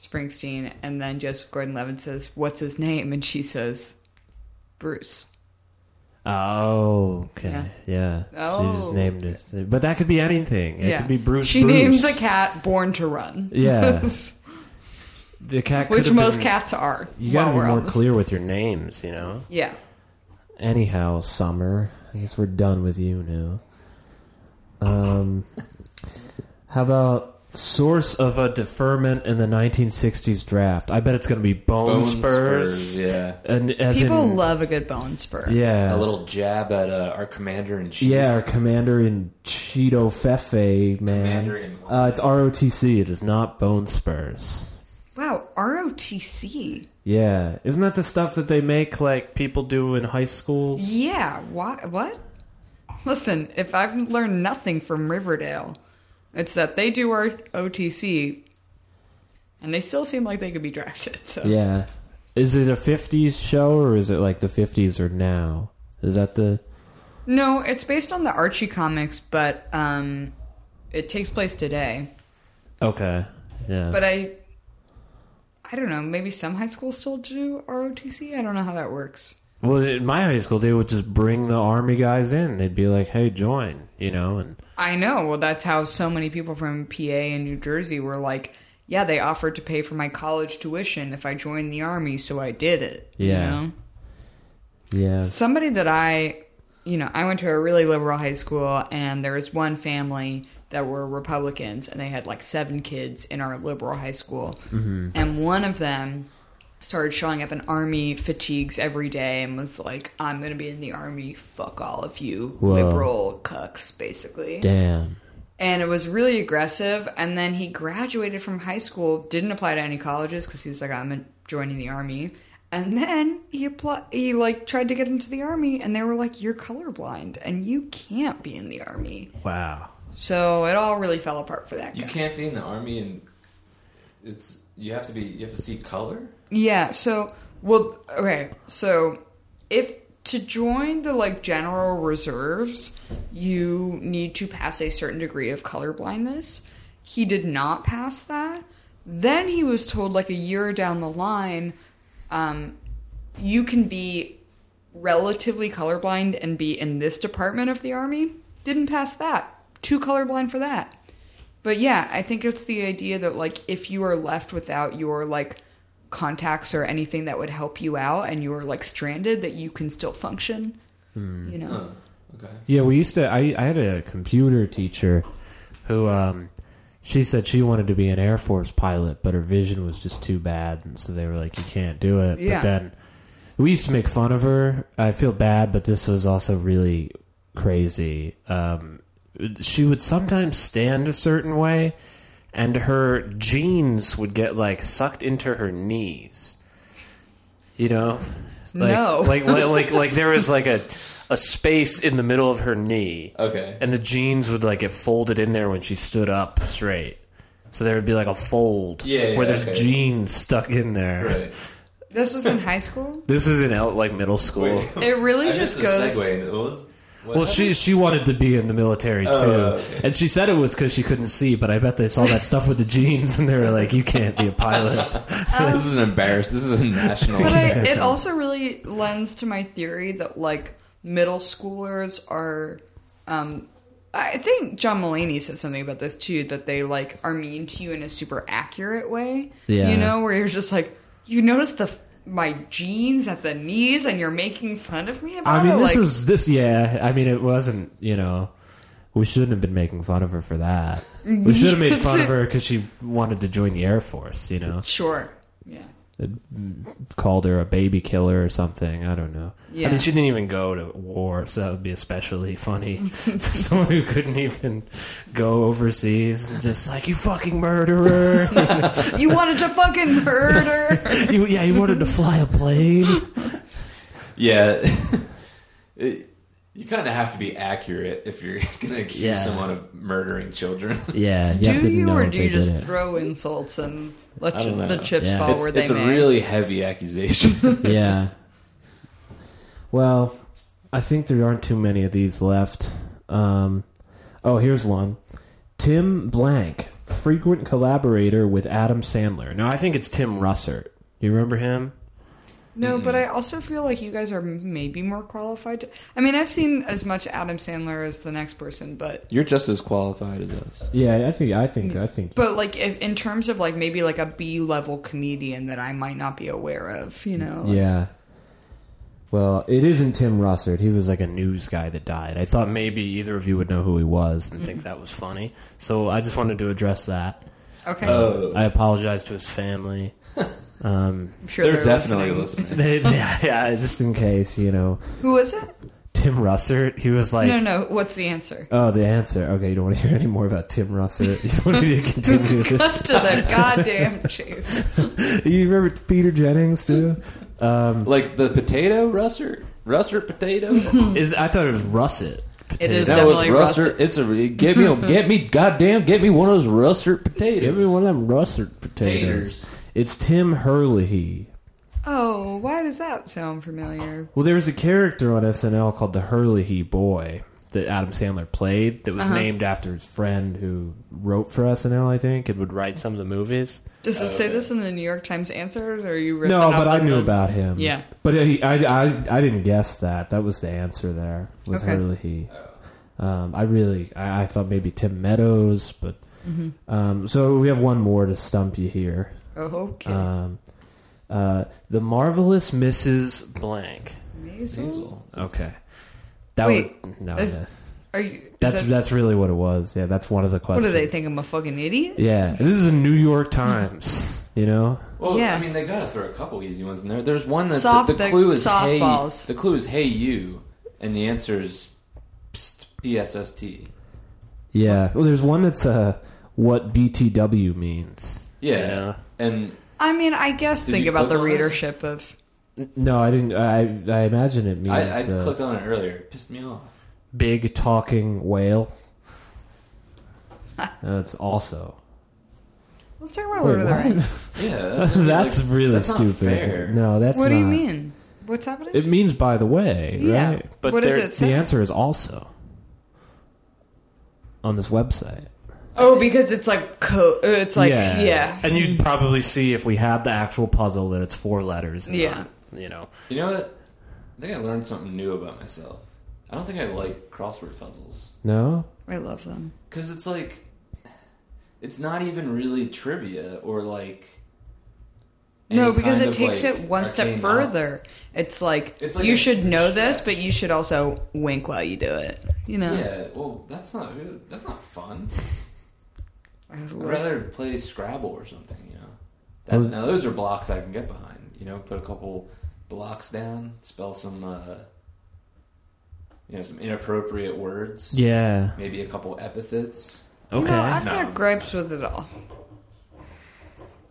A: Springsteen, and then Joseph Gordon Levin says, What's his name? And she says, Bruce.
B: oh, okay, yeah. She just
A: Oh.
B: named it, but that could be anything. It
A: yeah.
B: could be Bruce.
A: She
B: Bruce.
A: names a cat Born to Run,
B: Yeah, the cat. could
A: which
B: have
A: most
B: been-
A: cats are.
B: You gotta
A: while
B: be
A: we're
B: more
A: on this-
B: clear with your names, you know.
A: Yeah.
E: Anyhow, Summer, I guess we're done with you now. Um, how about
B: Source of a deferment in the 1960s draft. I bet it's going to be bone,
D: Bone
B: spurs.
D: yeah.
B: And as
A: People
B: in,
A: love a good bone spur.
B: yeah,
D: A little jab at uh, our commander in chief.
E: yeah, our commander in Cheeto Fefe, man?
D: Commander in-
E: Uh, it's ROTC.
B: It is not bone spurs.
A: Wow, ROTC.
B: Yeah, isn't that the stuff that they make like people do in high schools?
A: Yeah, why, what? Listen, if I've learned nothing from Riverdale, it's that they do our OTC, and they still seem like they could be drafted. So.
E: Yeah,
B: Is it a 50s show or is it like the 50s or now? Is that the
A: No, it's based on the Archie comics, but um, it takes place today.
B: Okay. Yeah.
A: But I, I don't know. Maybe some high schools still do ROTC. I don't know how that works.
B: well, in my high school they would just bring the army guys in. They'd be like, "Hey, join," you know, and
A: I know. Well, that's how so many people from PA and New Jersey were like, yeah, they offered to pay for my college tuition if I joined the army, so I did it. you
B: Yeah.
A: know?
E: yeah.
A: Somebody that I, you know, I went to a really liberal high school, and there was one family that were Republicans, and they had like seven kids in our liberal high school. And one of them started showing up in army fatigues every day and was like, I'm going to be in the army. Fuck all of you liberal cucks, basically
E: Damn.
A: and it was really aggressive. And then he graduated from high school, didn't apply to any colleges because he was like, I'm joining the army. And then he applied, he like tried to get into the army, and they were like, You're colorblind and you can't be in the army.
E: Wow.
A: So it all really fell apart for that
D: You
A: guy.
D: can't be in the army and it's you have to be you have to see color.
A: Yeah, so well okay, so if to join the like general reserves, you need to pass a certain degree of colorblindness. He did not pass that. Then he was told like a year down the line, um, you can be relatively colorblind and be in this department of the army. Didn't pass that. Too colorblind for that. But yeah, I think it's the idea that like if you are left without your like contacts or anything that would help you out and you are like stranded that you can still function. You know.
D: Huh. Okay.
B: Yeah, we used to. I, I had a computer teacher who, um, she said she wanted to be an Air Force pilot, but her vision was just too bad, and so they were like, "You can't do it."
A: Yeah.
B: But then we used to make fun of her. I feel bad, but this was also really crazy. Um, she would sometimes stand a certain way, and her jeans would get like sucked into her knees. You know, like,
A: No.
B: like like like like there was like a a space in the middle of her knee,
D: Okay.
B: and the jeans would like get folded in there when she stood up straight. So there would be like a fold
D: Yeah, yeah,
B: where there's
D: okay.
B: jeans stuck in there.
D: right.
A: This was in high school.
B: This is in out like middle school.
D: Wait.
A: It really
D: I
A: just
D: missed the
A: goes
D: segue. What was, what
B: Well, she she wanted to be in the military too,
D: Oh, okay.
B: and she said it was because she couldn't see. But I bet they saw that stuff with the jeans, and they were like, "You can't be a pilot."
D: happened? this is an embarrassed. This is a national.
A: But I,
D: embarrassment.
A: it also really lends to my theory that like middle schoolers are. Um, I think John Mulaney said something about this too that they like are mean to you in a super accurate way.
B: Yeah.
A: You know, where you're just like, you notice the my jeans at the knees, and you're making fun of me about
B: I mean,
A: it.
B: this
A: like,
B: was this. Yeah, I mean, it wasn't. You know, we shouldn't have been making fun of her for that. We should have made fun of her because she wanted to join the air force. You know,
A: sure. Yeah.
B: called her a baby killer or something. I don't know.
A: Yeah.
B: I mean, she didn't even go to war, so that would be especially funny. Someone who couldn't even go overseas and just like you fucking murderer.
A: You wanted to fucking murder.
B: you, yeah, you wanted to fly a plane.
D: yeah. It- You kind of have to be accurate if you're going to accuse
G: Yeah.
D: someone of murdering children.
G: Yeah, you have
A: do
G: to
A: you
G: know
A: or
G: if
A: do
G: they
A: you just
G: did it.
A: throw insults and let
D: I don't
A: the
D: know.
A: chips
G: Yeah.
A: fall
D: it's
A: where
D: it's
A: they
D: a
A: may?
D: really heavy accusation.
B: yeah. Well, I think there aren't too many of these left. Um, oh, here's one. Tim Blank, frequent collaborator with Adam Sandler. Now, I think it's Tim Russert. You remember him?
A: No, but I also feel like you guys are maybe more qualified. To, I mean, I've seen as much Adam Sandler as the next person, but
D: you're just as qualified as us.
B: Yeah, I think I think I think
A: but like if, in terms of like maybe like a B level comedian that I might not be aware of, you know? like-
B: Yeah. Well, it isn't Tim Russert. He was like a news guy that died. I thought maybe either of you would know who he was and think that was funny. So I just wanted to address that.
A: Okay,
D: Uh,
H: Oh,
B: I apologize to his family. Um,
A: I'm sure
D: They're,
A: they're,
D: definitely
A: listening.
D: listening.
B: they, yeah, yeah, just in case, you know.
A: Who is it?
B: Tim Russert, he was like,
A: no, no. What's the answer?
B: oh, the answer. Okay, you don't want to hear any more about Tim Russert. You want me to continue
A: Cut
B: this.
A: to the goddamn chase.
B: you remember Peter Jennings, too? Um,
D: Like the potato, Russert? Russert potato?
B: is I thought it was Russet.
A: It is
D: that was
A: definitely
D: Russert.
A: russet.
D: It's a get me, get me, goddamn, get me one of those Russert potatoes.
B: Give me one of them Russert potatoes.
D: Taters.
B: It's Tim Hurley.
A: Oh, why does that sound familiar?
B: Well, there was a character on SNL called the Hurley Boy that Adam Sandler played that was
A: Uh-huh.
B: named after his friend who wrote for SNL, I think, and would write some of the movies.
A: Does it say
D: Uh,
A: this in the New York Times answers, or are you riffing
B: no,
A: off
B: but I
A: of
B: knew
A: the-
B: about him.
A: Yeah.
B: but he, I, I, I didn't guess that. That was the answer there. Was
A: Okay.
B: Hurley? Um, I really, I, I thought maybe Tim Meadows, but
A: Mm-hmm.
B: um, so we have one more to stump you here.
A: Okay,
B: Um, uh, the marvelous Mrs. Blank.
A: Maisel?
D: Diesel.
B: Okay, that
A: Wait,
B: was no.
A: is-
B: yeah.
A: Are you? is
B: That's
A: that-
B: that's really what it was. Yeah, that's one of the
A: What
B: questions.
A: do they think? I'm a fucking idiot.
B: Yeah, this is a New York Times. You know,
D: Well,
A: Yeah.
D: I mean, they gotta throw a couple easy ones in there. There's one that
A: Soft-
D: the, the
A: the
D: clue is
A: softballs.
D: hey. The clue is hey you, and the answer is pst, psst.
B: yeah. Well, there's one that's uh, what BTW means.
D: Yeah.
B: Yeah.
D: And
A: I mean, I guess
D: Did
A: think
D: you
A: about the
D: click on it?
A: readership of.
B: No, I didn't. I I imagine it means
D: I, I
B: uh,
D: clicked on it earlier. It pissed me off.
B: big talking whale. That's also
A: Let's talk about
B: Wait,
A: Lord of the
B: what?
A: Rings.
D: Yeah. That's,
B: that's
D: like,
B: really
D: that's not
B: stupid.
D: fair.
B: No, that's
A: What do you
B: not-
A: mean? What's happening?
B: It means by the way,
A: Yeah.
B: right? But
A: What does
B: there-
A: it say?
B: the answer is also on this website.
A: oh, because it's like co- uh, it's like yeah.
B: And you'd probably see if we had the actual puzzle that it's four letters. And
A: Yeah.
G: not, you know,
D: You know what? I think I learned something new about myself. I don't think I like crossword puzzles
B: No?
A: I love them.
D: because it's like it's not even really trivia or like.
A: no,
D: any
A: because
D: kind
A: it
D: of,
A: takes
D: like,
A: it one step
D: arcane knowledge.
A: further. It's like,
D: It's like
A: you
D: a
A: should know this,
D: stretch.
A: but you should also wink while you do it. You know,
D: Yeah, well, that's not that's not fun.
A: I was
D: I'd
A: like,
D: rather play Scrabble or something, you know. That,
B: was-
D: now those are blocks I can get behind. You know, put a couple blocks down, spell some, uh, you know, some inappropriate words.
B: Yeah.
D: Maybe a couple epithets.
A: you know, I've
D: No.
A: got gripes with it all.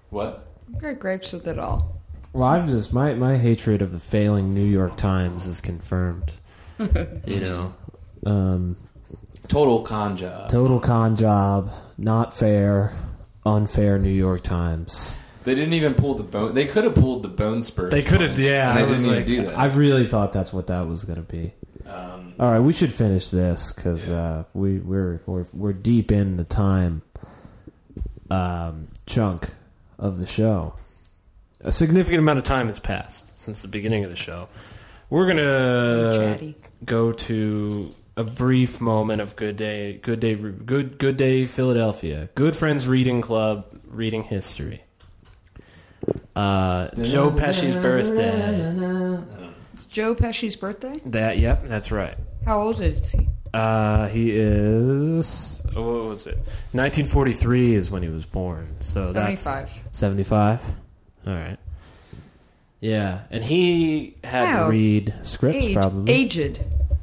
D: What?
A: I've got gripes with it all.
B: well, I'm just my my hatred of the failing New York Times is confirmed. you know, um,
D: Total con job.
B: total con job, not fair, unfair New York Times.
D: They didn't even pull the bone. They could have pulled the bone spur.
G: They could have- yeah,
D: And they
G: I was
D: didn't
G: like-
D: even do
B: I
D: that.
B: really thought that's what that was going to be.
D: Um,
B: All right, we should finish this because uh, we we're, we're we're deep in the time um, chunk of the show.
G: a significant amount of time has passed since the beginning of the show. We're gonna
B: Uh,
A: Chatty.
G: go to a brief moment of good day, good day, good good day, Philadelphia. Good friends reading club, reading history. Uh, Joe Pesci's birthday.
A: It's Joe Pesci's birthday.
G: That yep, that's right.
A: How old is he?
G: Uh, he is. oh, What was it? 1943 is when he was born. So
A: Seventy-five.
G: that's 75. All right. Yeah, and he had
A: Wow.
G: to read scripts
A: Age-
G: probably.
A: aged.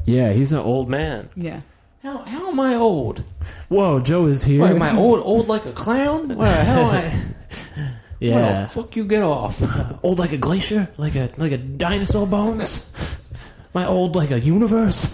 G: Yeah, he's an old man.
A: Yeah.
D: how, how am I old?
B: Whoa, Joe is here.
D: Wait, am I old? Old like a clown? Where the hell I? Where
B: yeah,
D: the fuck you get off?
G: Old like a glacier, like a like a dinosaur bones. My old like a universe.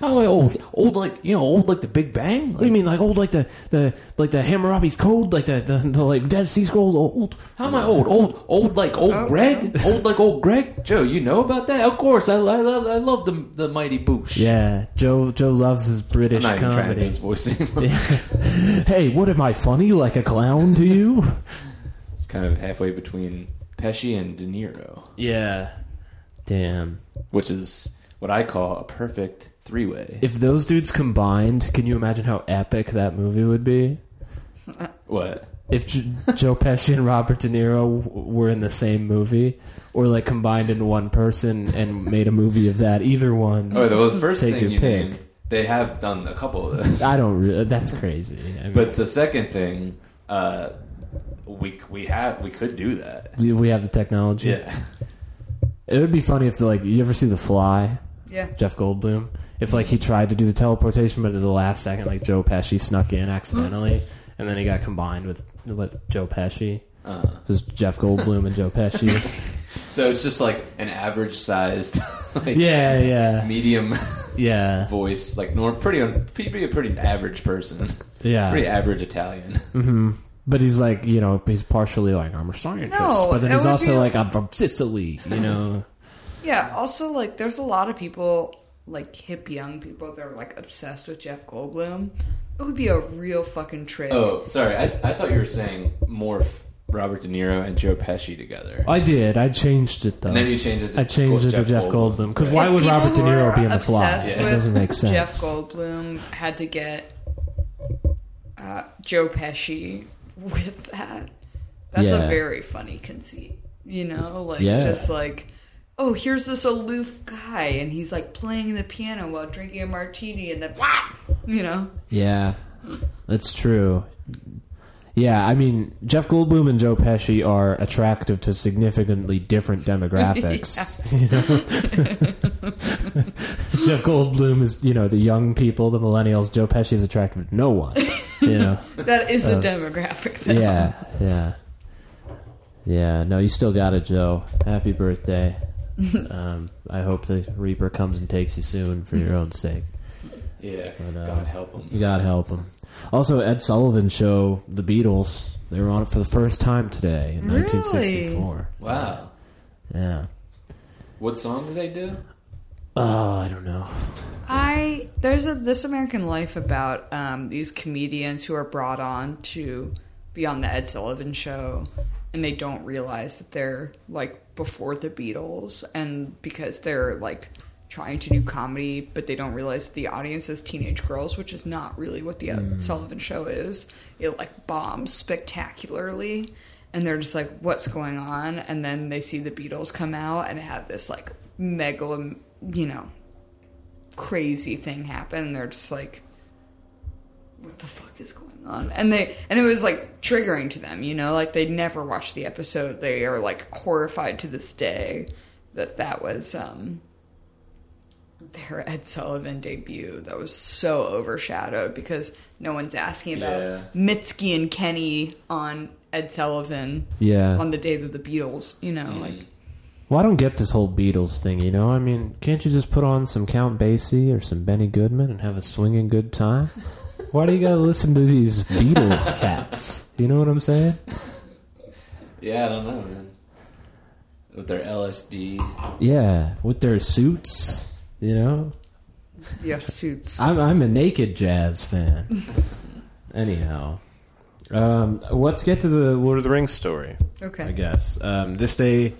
D: How old? Old like you know, old like the Big Bang.
B: What do you mean, like old, like the the like the Hammurabi's code, like the the, the like Dead Sea Scrolls old?
D: How am I old? Old, old like old
A: Oh,
D: Greg. Old like old Greg. Joe, you know about that? Of course, I I, I, I love the the mighty Boosh.
B: Yeah, Joe Joe loves his
D: I'm
B: British
D: not even trying to do
B: comedy.
D: his voice anymore.
B: Hey, what am I funny like a clown to you?
D: It's kind of halfway between Pesci and De Niro,
I: Yeah.
B: Damn.
D: which is what I call a perfect three way.
B: If those dudes combined, can you imagine how epic that movie would be?
D: What?
B: If J- Joe Pesci and Robert De Niro w- were in the same movie, or like combined in one person and made a movie of that, either one.
D: Oh, well, the first
B: Take
D: thing
B: your
D: you
B: pick.
D: named, they have done a couple of those.
B: I don't. Re- that's crazy. I mean,
D: But the second thing, uh, we we have we could do that.
B: do we have the technology.
D: Yeah,
B: It would be funny if, like, you ever see The Fly,
A: Yeah.
B: Jeff Goldblum, if like he tried to do the teleportation, but at the last second, like Joe Pesci snuck in accidentally, and then he got combined with with Joe Pesci.
D: uh,
B: So it's Jeff Goldblum and Joe Pesci.
D: so it's just like an average sized, like
B: yeah, yeah,
D: medium
B: yeah,
D: voice, like norm, pretty un- pretty a pretty average person, pretty
B: yeah.
D: average Italian.
B: hmm But he's like, you know, he's partially like I'm a scientist,
A: No,
B: but then
A: that
B: he's
A: would
B: also
A: be-
B: like I'm from Sicily, you know.
A: Yeah. Also, like, there's a lot of people, like hip young people, that are like obsessed with Jeff Goldblum. It would be a real fucking trick.
D: Oh, sorry, I, I thought you were saying morph Robert De Niro and Joe Pesci together,
B: I did. I changed it though.
D: and then you changed it. To
B: Oh. I changed it to Jeff Goldblum because why
A: If
B: would
A: people
B: Robert De
A: who
B: Niro
A: are
B: be in the fly?
A: obsessed
B: It
A: with
B: doesn't make sense.
A: Jeff Goldblum had to get uh, Joe Pesci with that. That's
B: Yeah.
A: a very funny conceit, you know, like
B: Yeah.
A: just like, oh, here's this aloof guy, and he's like playing the piano while drinking a martini, and then, wah! you know,
B: Yeah, that's true. Yeah, I mean, Jeff Goldblum and Joe Pesci are attractive to significantly different demographics. You know? Jeff Goldblum is, you know, the young people, the millennials. Joe Pesci is attractive to no one. You know?
A: that is a demographic thing.
B: yeah, yeah. Yeah, no, you still got it, Joe. Happy birthday. Um, I hope the Reaper comes and takes you soon for your own sake.
D: Yeah,
B: But, uh,
D: God help him.
B: You God help him. Also, Ed Sullivan show the Beatles. They were on it for the first time today in
A: Really?
B: 1964.
D: Wow,
B: Yeah.
D: what song did they do?
B: Oh, I don't know.
A: I there's a This American Life about um, these comedians who are brought on to be on the Ed Sullivan show, and they don't realize that they're like before the Beatles, and because they're like trying to do comedy, but they don't realize the audience is teenage girls, which is not really what the Ed Sullivan show is. It like bombs spectacularly. And they're just like, what's going on? And then they see the Beatles come out and have this like megalom, you know, crazy thing happen and they're just like what the fuck is going on and they and it was like triggering to them you know like they never watched the episode they are like horrified to this day that that was um their ed sullivan debut that was so overshadowed because no one's asking about
D: Yeah.
A: mitski and kenny on ed sullivan
B: Yeah.
A: on the day that the beatles you know like
B: Well, I don't get this whole Beatles thing, you know? I mean, can't you just put on some Count Basie or some Benny Goodman and have a swinging good time? Why do you gotta listen to these Beatles cats? You know what I'm saying?
D: Yeah, I don't know, man. With their LSD,
B: Yeah, with their suits, you know?
A: yeah suits
B: I'm, I'm a naked jazz fan. Anyhow, um, let's get to the Lord of the Rings story. I
A: okay
B: guess um, this day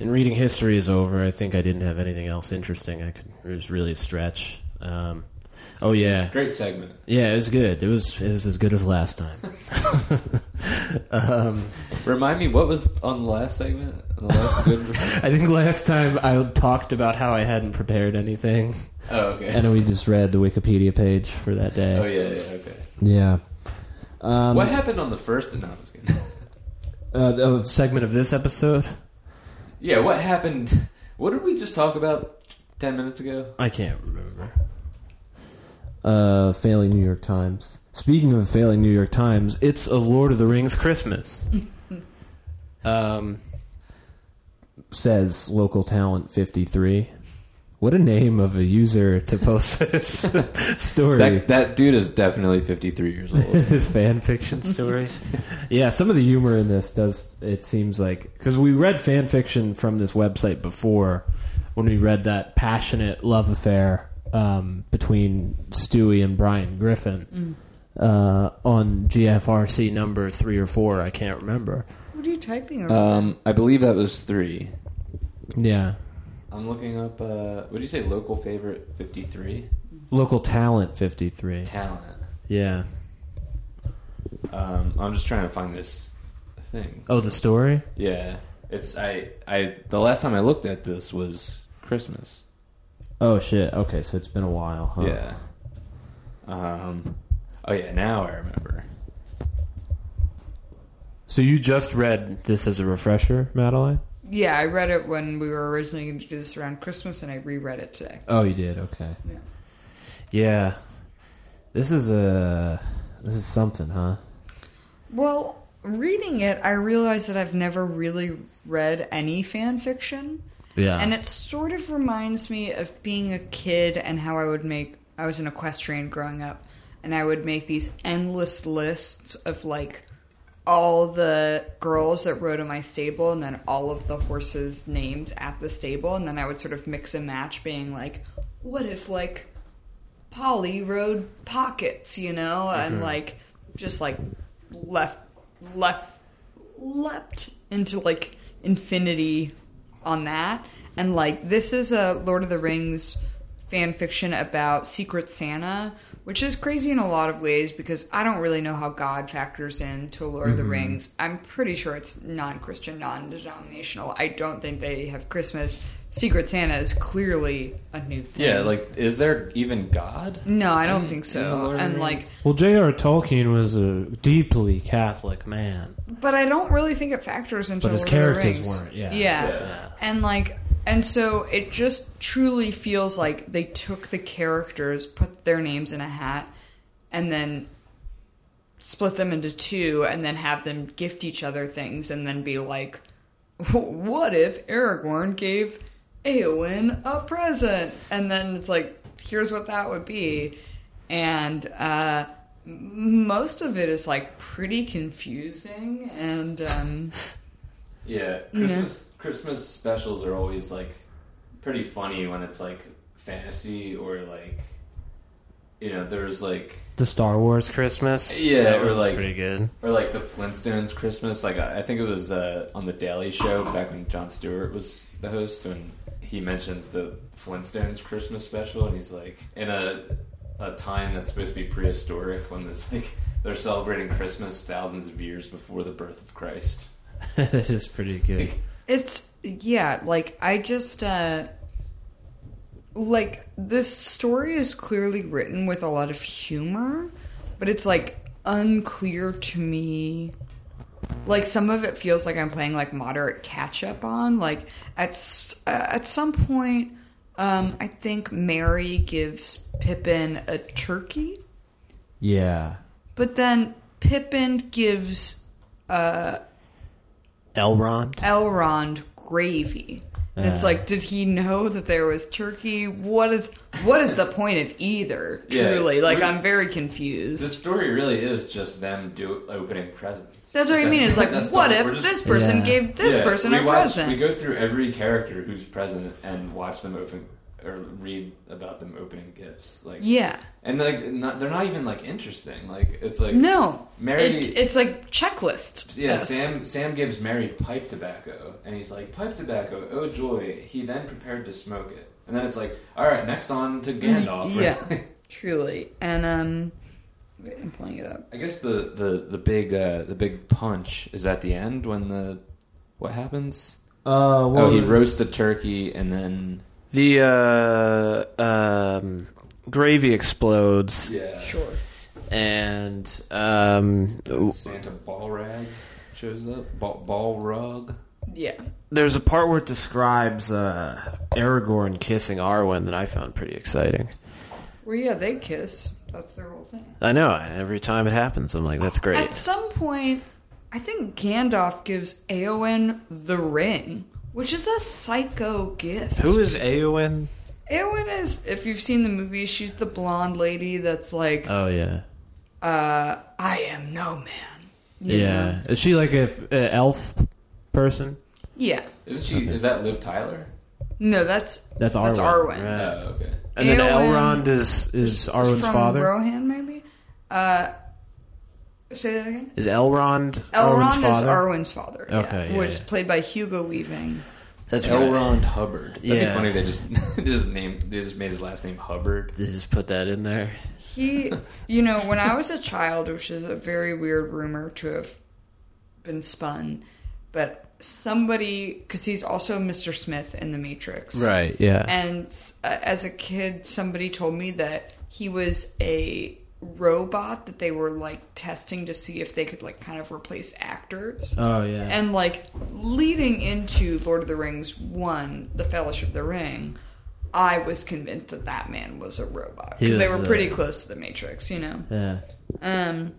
B: in reading history is over. I think I didn't have anything else interesting. I could it was really a stretch. Um, oh yeah,
D: great segment.
B: yeah, it was good. It was it was as good as last time. um,
D: Remind me, what was on the last segment? On the last good.
B: I think last time I talked about how I hadn't prepared anything,
D: Oh, okay.
B: and uh, we just read the Wikipedia page for that day.
D: oh yeah, yeah, okay.
B: yeah. Um,
D: what happened on the first? No, I was kidding.
B: uh, the segment of this episode?
D: Yeah, what happened? What did we just talk about ten minutes ago?
B: I can't remember. Uh, failing New York Times. Speaking of failing New York Times, it's a Lord of the Rings Christmas. um, says local talent fifty three.
E: What a name of a user to post this story.
D: That, that dude is definitely 53 years old.
E: this fan fiction story. yeah, some of the humor in this does. It seems like because we read fan fiction from this website before when we read that passionate love affair um, between Stewie and Brian Griffin uh, on GFRC number three or four. I can't remember.
A: What are you typing? Over?
D: um, I believe that was three.
E: Yeah,
D: I'm looking up. Uh, what did you say? Local favorite 53
E: local talent fifty three.
D: talent.
E: Yeah.
D: Um, I'm just trying to find this thing.
E: Oh, the story.
D: Yeah, it's I I the last time I looked at this was Christmas.
E: Oh shit. Okay, so it's been a while. Huh?
D: Yeah. Um. Oh yeah, now I remember.
E: So you just read this as a refresher, Madeline?
A: yeah, I read it when we were originally going to do this around Christmas, and I reread it today.
E: Oh, you did. Okay.
A: Yeah.
E: Yeah. This is a this is something, huh?
A: Well, reading it, I realized that I've never really read any fan fiction.
B: Uh.
E: Yeah.
A: And it sort of reminds me of being a kid and how I would make. I was an equestrian growing up, and I would make these endless lists of like all the girls that rode in my stable, and then all of the horses' names at the stable, and then I would sort of mix and match, being like, what if like Polly rode pockets, you know, and like just like left, left, leapt into like infinity on that. And like this is a Lord of the Rings fan fiction about Secret Santa, which is crazy in a lot of ways because I don't really know how God factors into Lord of the Rings. I'm pretty sure it's non-Christian, non-denominational. I don't think they have Christmas. Secret Santa is clearly a new thing.
D: Yeah, like is there even God?
A: No, I don't
D: In-
A: think
D: in the
A: so.
D: Lord of
A: And
D: the
A: like,
D: Rings?
E: well, J.R. Tolkien was a deeply Catholic man.
A: but I don't really think it factors into.
E: But his
A: Lord of the
E: characters
A: Rings.
E: weren't, yeah.
A: yeah,
D: Yeah.
A: and like, and so it just truly feels like they took the characters, put their names in a hat, and then split them into two, and then have them gift each other things, and then be like, "What if Aragorn gave Eowyn a present?" And then it's like, "Here's what that would be," and. uh most of it is like pretty confusing and um
D: Yeah, Christmas Christmas specials are always like pretty funny when it's like fantasy or like you know there's like
E: The Star Wars Christmas.
D: Yeah,
B: that
D: or
B: one's
D: like-
B: pretty good.
D: or like the Flintstones Christmas. Like I I think it was uh, on the Daily Show back when Jon Stewart was the host, when he mentions the Flintstones Christmas special, and he's like in a a time that's supposed to be prehistoric when this like they're celebrating Christmas thousands of years before the birth of Christ.
E: this is pretty good.
A: It's yeah, like I just uh like this story is clearly written with a lot of humor, but it's like unclear to me. Like some of it feels like I'm playing like moderate catch up on like at s- uh, at some point um I think Mary gives Pippin a turkey.
E: Yeah.
A: But then Pippin gives uh,
E: Elrond.
A: Elrond gravy. And it's
E: Ah.
A: like, did he know that there was turkey? What is what is the point of either?
D: Yeah.
A: Truly, like
D: We're-
A: I'm very confused.
D: The story really is just them do opening presents.
A: that's what I mean. It's like,
D: That's the
A: what
D: whole-
A: if
D: we're just-
A: this person
E: Yeah.
A: gave this
D: Yeah,
A: person
D: we
A: a
D: watch-
A: present?
D: We go through every character who's present and watch them open or read about them opening gifts. Like
A: yeah,
D: and like not, they're not even like interesting. Like it's like
A: no,
D: Mary-
A: It- it's like checklist.
D: Yeah,
A: esque.
D: Sam Sam gives Mary pipe tobacco, and he's like, "Pipe tobacco, oh joy!" He then prepared to smoke it, and then it's like, "All right, next on to Gandalf."
A: Mm, Yeah, truly, and um, wait, I'm pulling it up.
D: I guess the the the big uh, the big punch is at the end when the what happens?
E: Uh, well,
D: oh, he roasts the turkey, and then
B: The uh, um, gravy explodes,
D: yeah,
A: Sure.
B: and um,
D: Santa Ballrag shows up. Ball, Ballrog.
A: Yeah.
B: there's a part where it describes uh, Aragorn kissing Arwen that I found pretty exciting.
A: Well, yeah, they kiss. That's their whole thing.
B: I know. and Every time it happens, I'm like, that's great.
A: At some point, I think Gandalf gives Eowyn the ring, which is a psycho gift.
B: Who is Aowen?
A: Eowyn is, if you've seen the movie, she's the blonde lady that's like,
B: Oh yeah,
A: uh, I am no man. you know?
B: yeah. Is she like a, f- a elf person?
A: Yeah.
D: Isn't she? Is that Liv Tyler?
A: No, that's
B: That's Arwen.
A: That's Arwen.
B: right.
D: Oh, okay.
B: And then
A: Eowyn
B: Elrond is is Arwen's
A: from
B: father.
A: Rohan, maybe? Uh, say that again?
B: is Elrond
A: Elrond
B: Arwen's
A: is
B: father?
A: Arwen's father.
B: Okay, yeah,
A: Which is
B: yeah.
A: played by Hugo Weaving.
B: That's
D: Elrond Hubbard. That'd
B: Yeah.
D: be funny if they just they just named they just made his last name Hubbard.
B: They just put that in there.
A: He, you know, when I was a child, which is a very weird rumor to have been spun, but somebody, because he's also Mr. Smith in The Matrix.
B: Right. Yeah.
A: And uh, as a kid, somebody told me that he was a robot that they were like testing to see if they could like kind of replace actors.
B: oh yeah.
A: And like leading into Lord of the Rings 1, The Fellowship of the Ring, I was convinced that that man was a robot
B: He
A: because they
B: was,
A: were
B: uh,
A: pretty close to the Matrix, you know.
B: yeah.
A: Um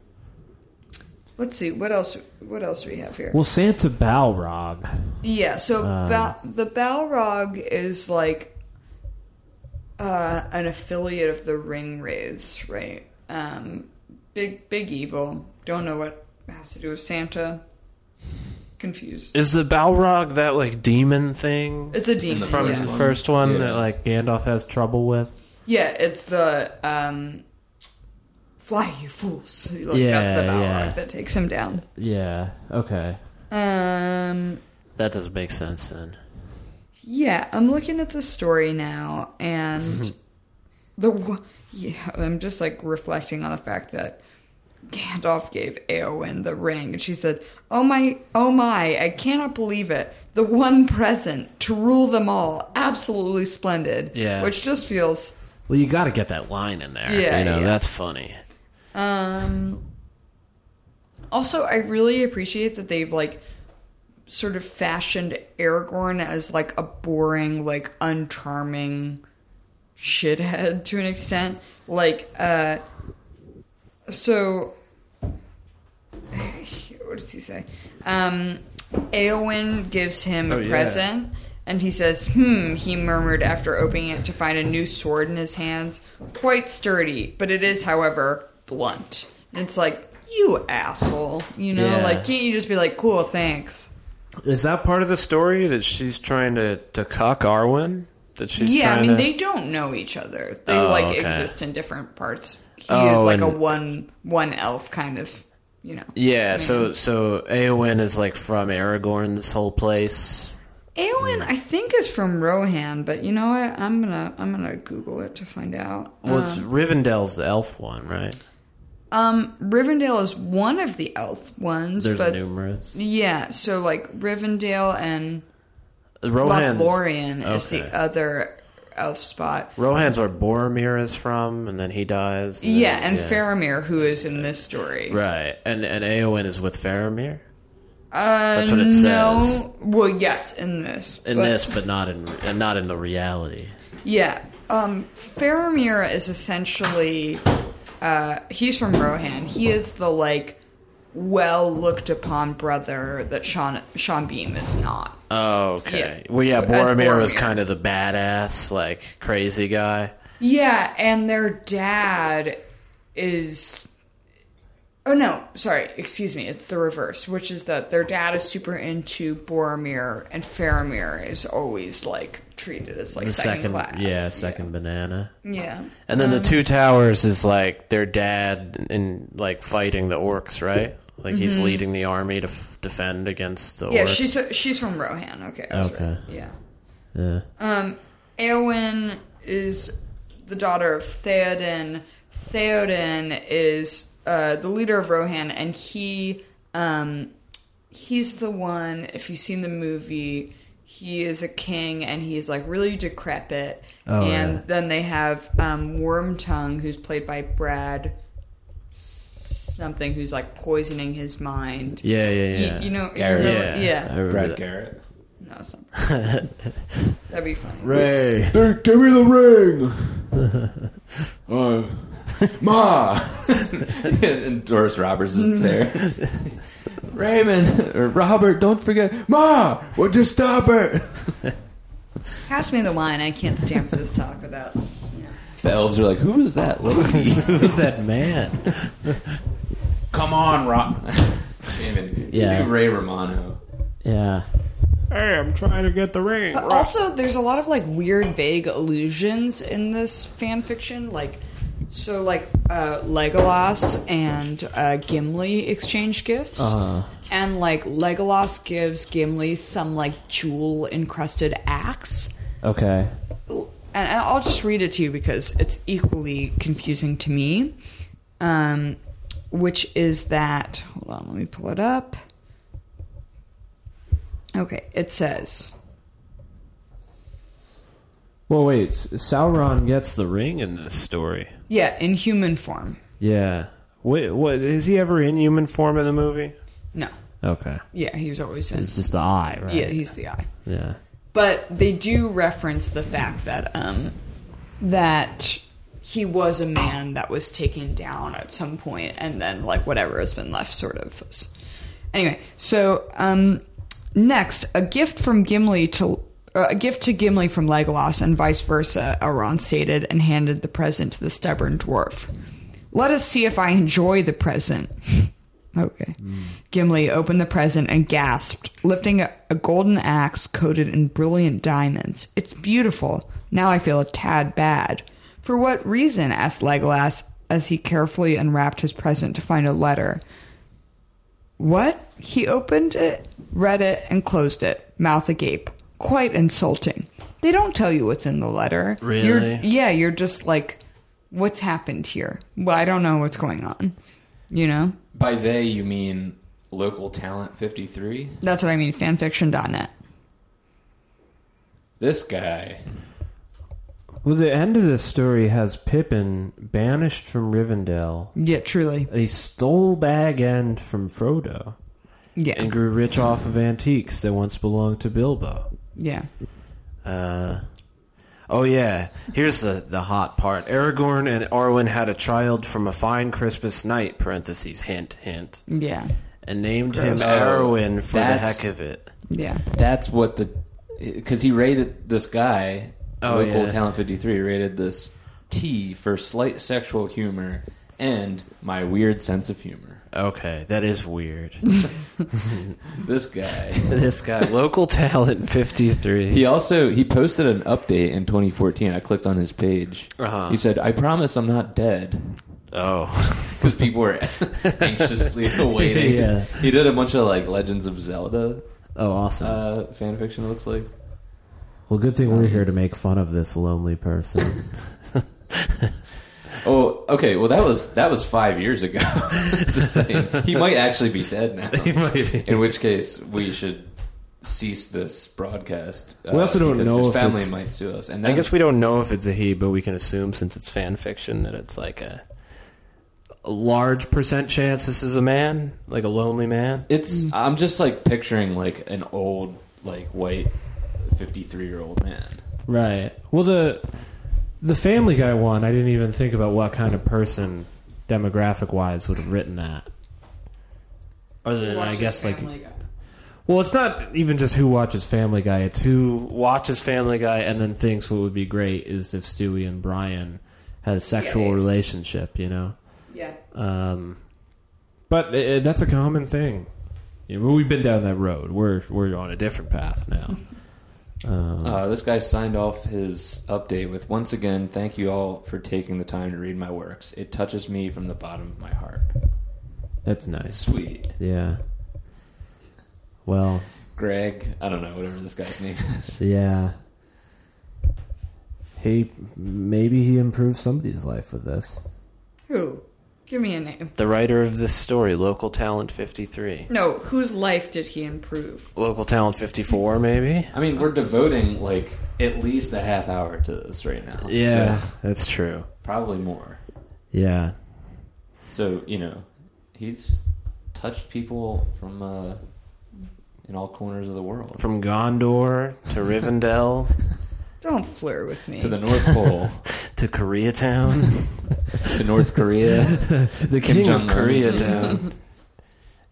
A: Let's see what else what else do we have here.
E: Well, Santa Balrog.
A: Yeah, so ba- the Balrog is like uh, an affiliate of the Ring Rays, right? Um, big, big evil. Don't know what it has to do with Santa. Confused.
B: Is the Balrog that like demon thing
A: It's a demon.
B: from
A: yeah.
B: the first one
D: Yeah.
B: that like Gandalf has trouble with?
A: yeah, it's the um, fly, you fools. Like,
B: Yeah,
A: that's the Balrog
B: yeah.
A: that takes him down.
B: Yeah. Okay.
A: Um,
B: That doesn't make sense then.
A: Yeah, I'm looking at the story now, and the wo- yeah, I'm just like reflecting on the fact that Gandalf gave Eowyn the ring, and she said, "Oh my, oh my, I cannot believe it! The one present to rule them all, absolutely splendid."
B: Yeah.
A: which just feels
B: Well, you got to get that line in there.
A: Yeah,
B: You know
A: yeah.
B: that's funny.
A: Um, also, I really appreciate that they've like sort of fashioned Aragorn as like a boring, like uncharming shithead to an extent. Like, uh, so what does he say? Um, Eowyn gives him a
B: Oh, yeah.
A: present, and he says, "Hmm." He murmured after opening it to find a new sword in his hands, quite sturdy, but it is, however, blunt. And it's like, you asshole, you know,
B: Yeah.
A: like can't you just be like, "Cool, thanks."
B: Is that part of the story that she's trying to to cuck Arwen? That she's
A: yeah, I
B: trying
A: mean,
B: to-
A: they don't know each other. They
B: Oh,
A: like
B: okay.
A: exist in different parts. He is
B: Oh,
A: like a
B: and-
A: one one elf kind of, you know.
B: Yeah, so so Aowen is like from Aragorn's whole place.
A: Eowyn, I think, is from Rohan, but you know what? I'm gonna I'm gonna Google it to find out.
B: Well, it's
A: Uh-huh.
B: Rivendell's the elf one, right?
A: Um, Rivendell is one of the elf ones,
B: There's
A: but
B: numerous.
A: yeah, so like Rivendell and
B: Rohan's,
A: Lothlorien is
B: okay.
A: the other elf spot.
B: Rohan's where Boromir is from, and then he dies. and
A: Yeah,
B: then-
A: and Faramir, who is in this story,
B: Right, and and Aowen is with Faramir
A: Uh,
B: That's what it
A: no,
B: says.
A: well, yes, in this,
B: in
A: but-
B: this, but not in and not in the reality.
A: Yeah. Um, Faramir is essentially uh, he's from Rohan. He is the like well looked upon brother that Sean Sean Beam is not.
B: Oh, okay.
A: Yeah.
B: Well, yeah,
A: As
B: Boromir, was
A: Boromir.
B: kind of the badass, like crazy guy.
A: Yeah, and their dad is Oh no, sorry, excuse me. It's the reverse, which is that their dad is super into Boromir and Faramir is always like treated as like
B: The
A: second,
B: second,
A: class. Mm-hmm.
B: yeah, second banana.
A: Yeah.
B: And then the two towers is like their dad in like fighting the orcs, right? Like he's leading the army to f- defend against the
A: Mm-hmm. Yeah,
B: orcs.
A: she's she's from Rohan. Okay. I was
B: Okay.
A: right. Yeah.
B: yeah.
A: Eowyn is the daughter of Theoden. Theoden is uh, the leader of Rohan, and he um, he's the one. If you've seen the movie, he is a king, and he's like really decrepit. and
B: Oh, yeah.
A: then they have um, Wormtongue, who's played by Brad something, who's like poisoning his mind.
B: yeah, yeah,
A: You-
B: yeah.
A: You, know,
D: Garrett.
A: you know-
B: yeah,
A: yeah.
B: I remember
D: Brad
B: that.
D: Garrett.
A: No, it's not. That'd be funny.
D: Ray, give me the ring. uh, Ma. and Doris Roberts is there. Raymond or Robert, don't forget, Ma. Would you stop it?
A: Pass me the wine. I can't stand for this talk without.
D: The elves are like, who was that? lady?"
J: Who's that man?
D: Come on, Rock. Damon.
J: Yeah.
D: Do Ray Romano.
J: Yeah.
B: Hey, I'm trying to get the ring.
A: Also, there's a lot of like weird, vague allusions in this fan fiction. Like, so like uh, Legolas and uh, Gimli exchange gifts, and like Legolas gives Gimli some like jewel encrusted axe.
B: Okay.
A: and, and I'll just read it to you because it's equally confusing to me. Um, which is that? Hold on, let me pull it up. Okay, it says.
B: Well, wait. S- Sauron gets the ring in this story.
A: Yeah, in human form.
B: Yeah. Wait, what is he ever in human form in the movie?
A: No.
B: Okay.
A: Yeah, he's always in.
B: It's just the eye, right?
A: Yeah, he's the eye.
B: Yeah.
A: But they do reference the fact that um, that he was a man that was taken down at some point, and then like whatever has been left, sort of. was- Anyway, so um, next, a gift from Gimli to. Uh, a gift to Gimli from Legolas and vice versa, Aron stated and handed the present to the stubborn dwarf. Let us see if I enjoy the present. Okay. Gimli opened the present and gasped, lifting a, a golden axe coated in brilliant diamonds. It's beautiful. Now I feel a tad bad. For what reason? asked Legolas as he carefully unwrapped his present to find a letter. What? He opened it, read it, and closed it, mouth agape. Quite insulting. They don't tell you what's in the letter. You're-
J: Really?
A: yeah, you're just like, what's happened here? Well, I don't know what's going on. You know?
D: By they, you mean local talent 53?
A: That's what I mean, fanfiction.net.
D: This guy.
B: Well, the end of this story has Pippin banished from Rivendell.
A: Yeah, truly.
B: He stole Bag End from Frodo
A: Yeah.
B: and grew rich off of antiques that once belonged to Bilbo.
A: Yeah.
B: Uh, oh yeah, here's the the hot part. Aragorn and Arwen had a child from a fine Christmas night (parentheses hint hint)
A: Yeah.
B: and named him
D: Gross.
B: Arwen for the
D: That's-
B: heck of it.
A: Yeah.
D: That's what the. Because he rated this guy,
B: Oh,
D: local
B: yeah.
D: talent 53, rated this T for slight sexual humor and my weird sense of humor.
B: Okay, that is weird.
D: This guy.
B: this guy, local talent, fifty three.
D: He also he posted an update in 2014. I clicked on his page.
B: Uh-huh.
D: He said, "I promise I'm not dead."
B: Oh,
D: because people were anxiously awaiting.
B: Yeah.
D: He did a bunch of like Legends of Zelda
B: oh, awesome.
D: uh, fan fiction. It looks like
B: well, good thing we're here to make fun of this lonely person.
D: oh okay. Well, that was that was five years ago. Just saying, he might actually be dead now. In which case, we should cease this broadcast. Uh,
B: We also don't
D: because
B: know
D: his
B: if
D: family
B: it's-
D: might sue us. And
J: I
D: then,
J: guess we don't know if it's a he, but we can assume since it's fan fiction that it's like a, a large percent chance this is a man, like a lonely man.
D: it's I'm just like picturing like an old like white fifty three year old man.
B: right. Well, the the Family Guy one, I didn't even think about what kind of person demographic wise would have written that.
J: Other than I guess like
B: Well, it's not even just who watches Family Guy. It's who watches Family Guy and then thinks what would be great is if Stewie and Brian had a sexual
A: yeah.
B: relationship, you know?
A: Yeah.
B: Um, but uh, that's a common thing. Yeah, well, we've been down that road. We're, we're on a different path now. Um,
D: Uh, this guy signed off his update with once again, thank you all for taking the time to read my works. It touches me from the bottom of my heart.
B: that's nice.
D: Sweet.
B: Yeah. Well,
D: Greg, I don't know, whatever this guy's name is.
B: yeah. He maybe he improved somebody's life with this.
A: Who? Give me a name.
J: the writer of this story, local talent fifty three,
A: No, whose life did he improve?
J: local talent fifty four, maybe.
D: I mean, we're devoting like at least a half hour to this right now. So,
B: that's true.
D: probably more.
B: Yeah,
D: So, you know, he's touched people from uh, in all corners of the world.
J: From Gondor to Rivendell
A: Don't flirt with me.
D: To the North Pole,
J: to Koreatown,
D: to North Korea.
B: the
D: Kim
B: king of
D: Jong-un.
B: Koreatown.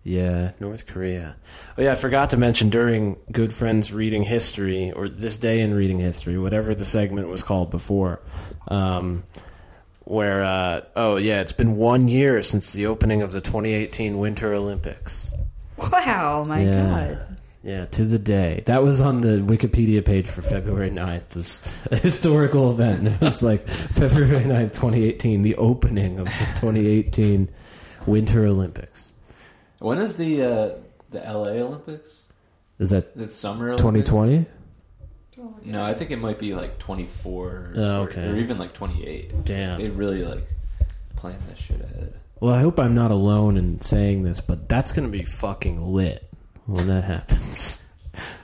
B: Yeah, North Korea. Oh yeah, I forgot to mention during Good Friends Reading History or This Day in Reading History, whatever the segment was called before, um, where uh, oh yeah, it's been one year since the opening of the 2018 Winter Olympics.
A: Wow, my
B: yeah.
A: god.
B: Yeah, to the day. That was on the Wikipedia page for February 9th. It was a historical event. It was like February 9th, 2018, the opening of the 2018 Winter Olympics.
D: When is the uh, the LA Olympics?
B: Is that
D: Is it summer Olympics?
B: 2020?
D: No, I think it might be like 24
B: Oh,
D: or-
B: okay.
D: or, even like 28.
B: Damn.
D: They really like plan this shit ahead.
B: Well, I hope I'm not alone in saying this, but that's going to be fucking lit when that happens.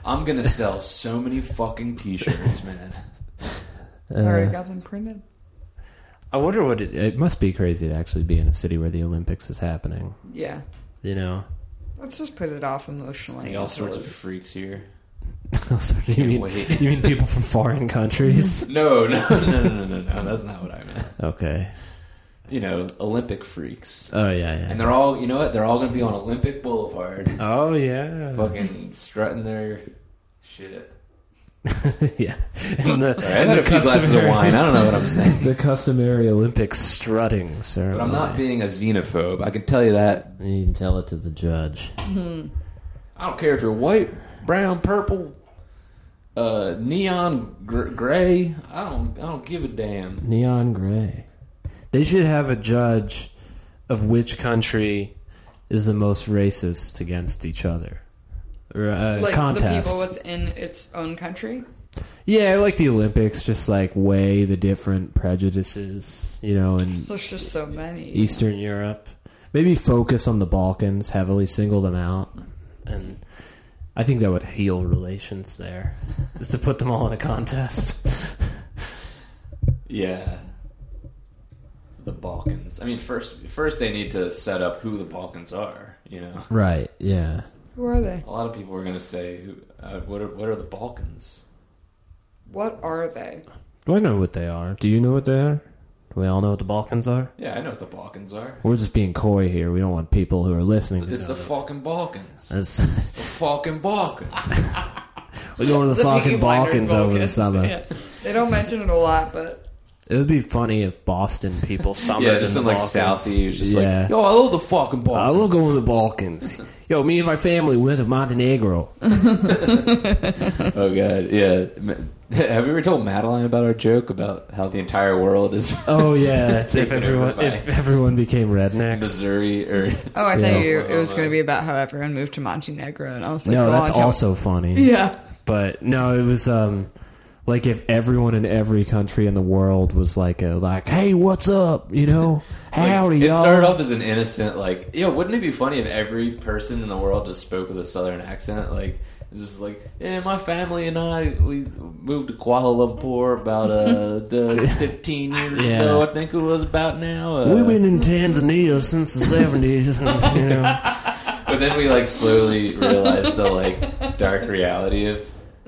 D: I'm going to sell so many fucking t-shirts, man.
B: uh,
A: I already got them printed.
B: I wonder what it, it must be crazy to actually be in a city where the Olympics is happening.
A: Yeah.
B: You know,
A: Let's just put it off emotionally.
D: Like all sorts of
A: until it-
D: freaks here.
B: you mean
D: wait.
B: you mean people from foreign countries?
D: No, no, no, no, no, no, no. That's not what I meant.
B: okay.
D: You know, Olympic freaks.
B: Oh yeah, yeah.
D: And they're all, you know what? They're all going to be on Olympic Boulevard
B: Oh yeah,
D: fucking strutting their shit.
B: yeah. And the,
D: All right, I've had a few glasses of
B: customary-
D: wine. I don't know what I'm saying.
B: The customary Olympic strutting ceremony.
D: But I'm not being a xenophobe. I can tell you that.
B: You can tell it to the judge.
D: I don't care if you're white, brown, purple, uh, neon gr- gray. I don't. I don't give a damn.
B: Neon gray. They should have a judge of which country is the most racist against each other. Or, uh,
A: like
B: contest.
A: the people within its own country.
B: yeah, like the Olympics, just like weigh the different prejudices, you know, in
A: There's just so many.
B: Eastern Europe. Maybe focus on the Balkans heavily, single them out, and I think that would heal relations there. is to put them all in a contest.
D: Yeah. The Balkans. I mean, first, first they need to set up who the Balkans are. You know,
B: right? Yeah.
A: Who are they?
D: a lot of people are going to say, who, uh, "What are what are the Balkans?"
A: What are they?
B: Do I know what they are? Do you know what they are? Do we all know what the Balkans are?
D: Yeah, I know what the Balkans are.
B: We're just being coy here. We don't want people who are listening. To
D: It's the
B: know.
D: fucking Balkans.
B: That's-
D: The fucking Balkans.
B: we're going to the,
A: It's Peaky
B: fucking
A: Blinders
B: Balkans over the
A: Balkans.
B: summer.
A: Yeah. They don't mention it a lot, but
B: It would be funny if Boston people summered
D: Yeah, just
B: in
D: in
B: the
D: like
B: Balkans.
D: Southeast. Just
B: Yeah.
D: like, yo, I love the fucking Balkans.
B: I will go to the Balkans. Yo, me and my family went to Montenegro.
D: Oh god, yeah. Ma- Have we ever told Madeline about our joke about how the entire world is
B: Oh yeah, if
D: Taken over
B: everyone
D: by-
B: if everyone became rednecks.
D: Missouri or
A: oh, I
B: Yeah.
A: thought you, it was going to be about how everyone moved to Montenegro, and I was like,
B: No,
A: well,
B: that's
A: I don't-
B: also funny.
A: yeah.
B: But no, it was um like if everyone in every country in the world was like a like, hey, what's up? You know, howdy,
D: Like, it
B: y'all.
D: started off as an innocent like, yo, wouldn't it be funny if every person in the world just spoke with a southern accent? Like just like, yeah, my family and I we moved to Kuala Lumpur about uh the fifteen years
B: Yeah.
D: ago, I think it was about now. Uh,
B: We've been in Tanzania since the seventies. you know,
D: But then we like slowly realized the like dark reality of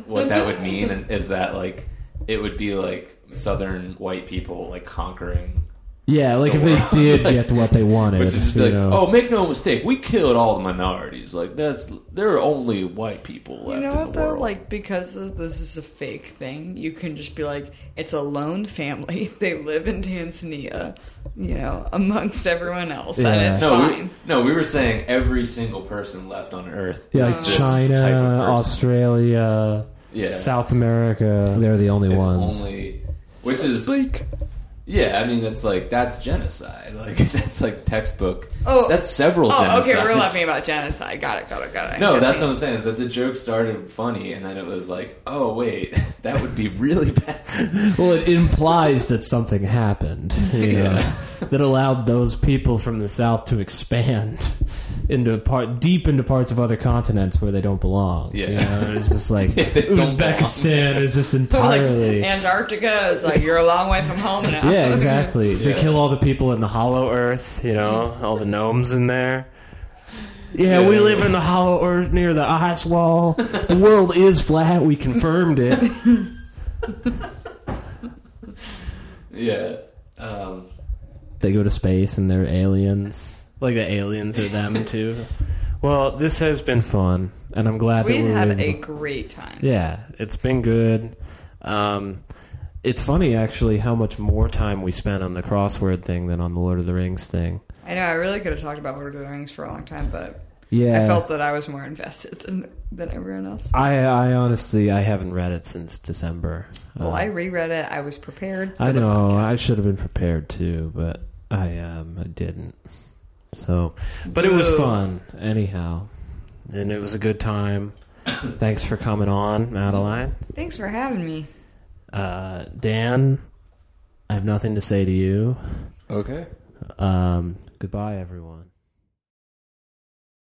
D: what that would mean, and is that like it would be like southern white people like conquering.
B: yeah, like if they did get what they wanted,
D: Which is just be
B: you
D: like,
B: know.
D: oh, make no mistake, we killed all the minorities. Like that's there are only white people
A: You
D: left.
A: know
D: in
A: what
D: the
A: though?
D: World.
A: Like because this, this is a fake thing, you can just be like, it's a lone family. They live in Tanzania, you know, amongst everyone else,
B: Yeah.
A: and it's
D: no, we,
A: fine.
D: no, we were saying every single person left on Earth.
B: yeah,
D: is
B: like
D: this type of
B: China,
D: person.
B: Australia,
D: yeah,
B: South America. They're the only
D: It's
B: ones.
D: only which is
A: Like,
D: Yeah, I mean that's like that's genocide. Like that's like textbook.
A: Oh.
D: that's several.
A: oh, okay,
D: genocides.
A: we're laughing about genocide. Got it, got it, got it.
D: No, that's what
A: a
D: I'm saying is that the joke started funny, and then it was like, oh wait, that would be really bad.
B: Well, it implies that something happened you know, that allowed those people from the south to expand into part deep into parts of other continents where they don't belong.
D: Yeah.
B: you know? it's just like
D: they don't
B: Uzbekistan is just
A: like
B: entirely.
A: Antarctica is like you're a long way from home now.
B: yeah, exactly. They
D: Yeah.
B: kill all the people in the Hollow Earth. You know, all the gnomes in there. Yeah, we
D: Yeah.
B: live in the Hollow Earth near the ice wall. the world is flat. We confirmed it.
D: yeah, um,
B: They go to space and they're aliens. Like the aliens are them too. Well, this has been fun, and I'm glad
A: We've
B: that we're
A: had
B: able-
A: a great time.
B: Yeah, it's been good. Um, it's funny actually how much more time we spent on the crossword thing than on the Lord of the Rings thing.
A: I know. I really could have talked about Lord of the Rings for a long time, but
B: Yeah,
A: I felt that I was more invested than than everyone else.
B: I, I honestly I haven't read it since December.
A: Well,
B: Uh,
A: I reread it. I was prepared. for
B: I
A: the
B: know
A: podcast.
B: I should have been prepared too, but I um I didn't. So, but it was
A: Boo.
B: fun anyhow, and it was a good time. Thanks for coming on, Madeline.
A: Thanks for having me.
B: Uh, Dan, I have nothing to say to you.
D: Okay.
B: Um, goodbye, everyone.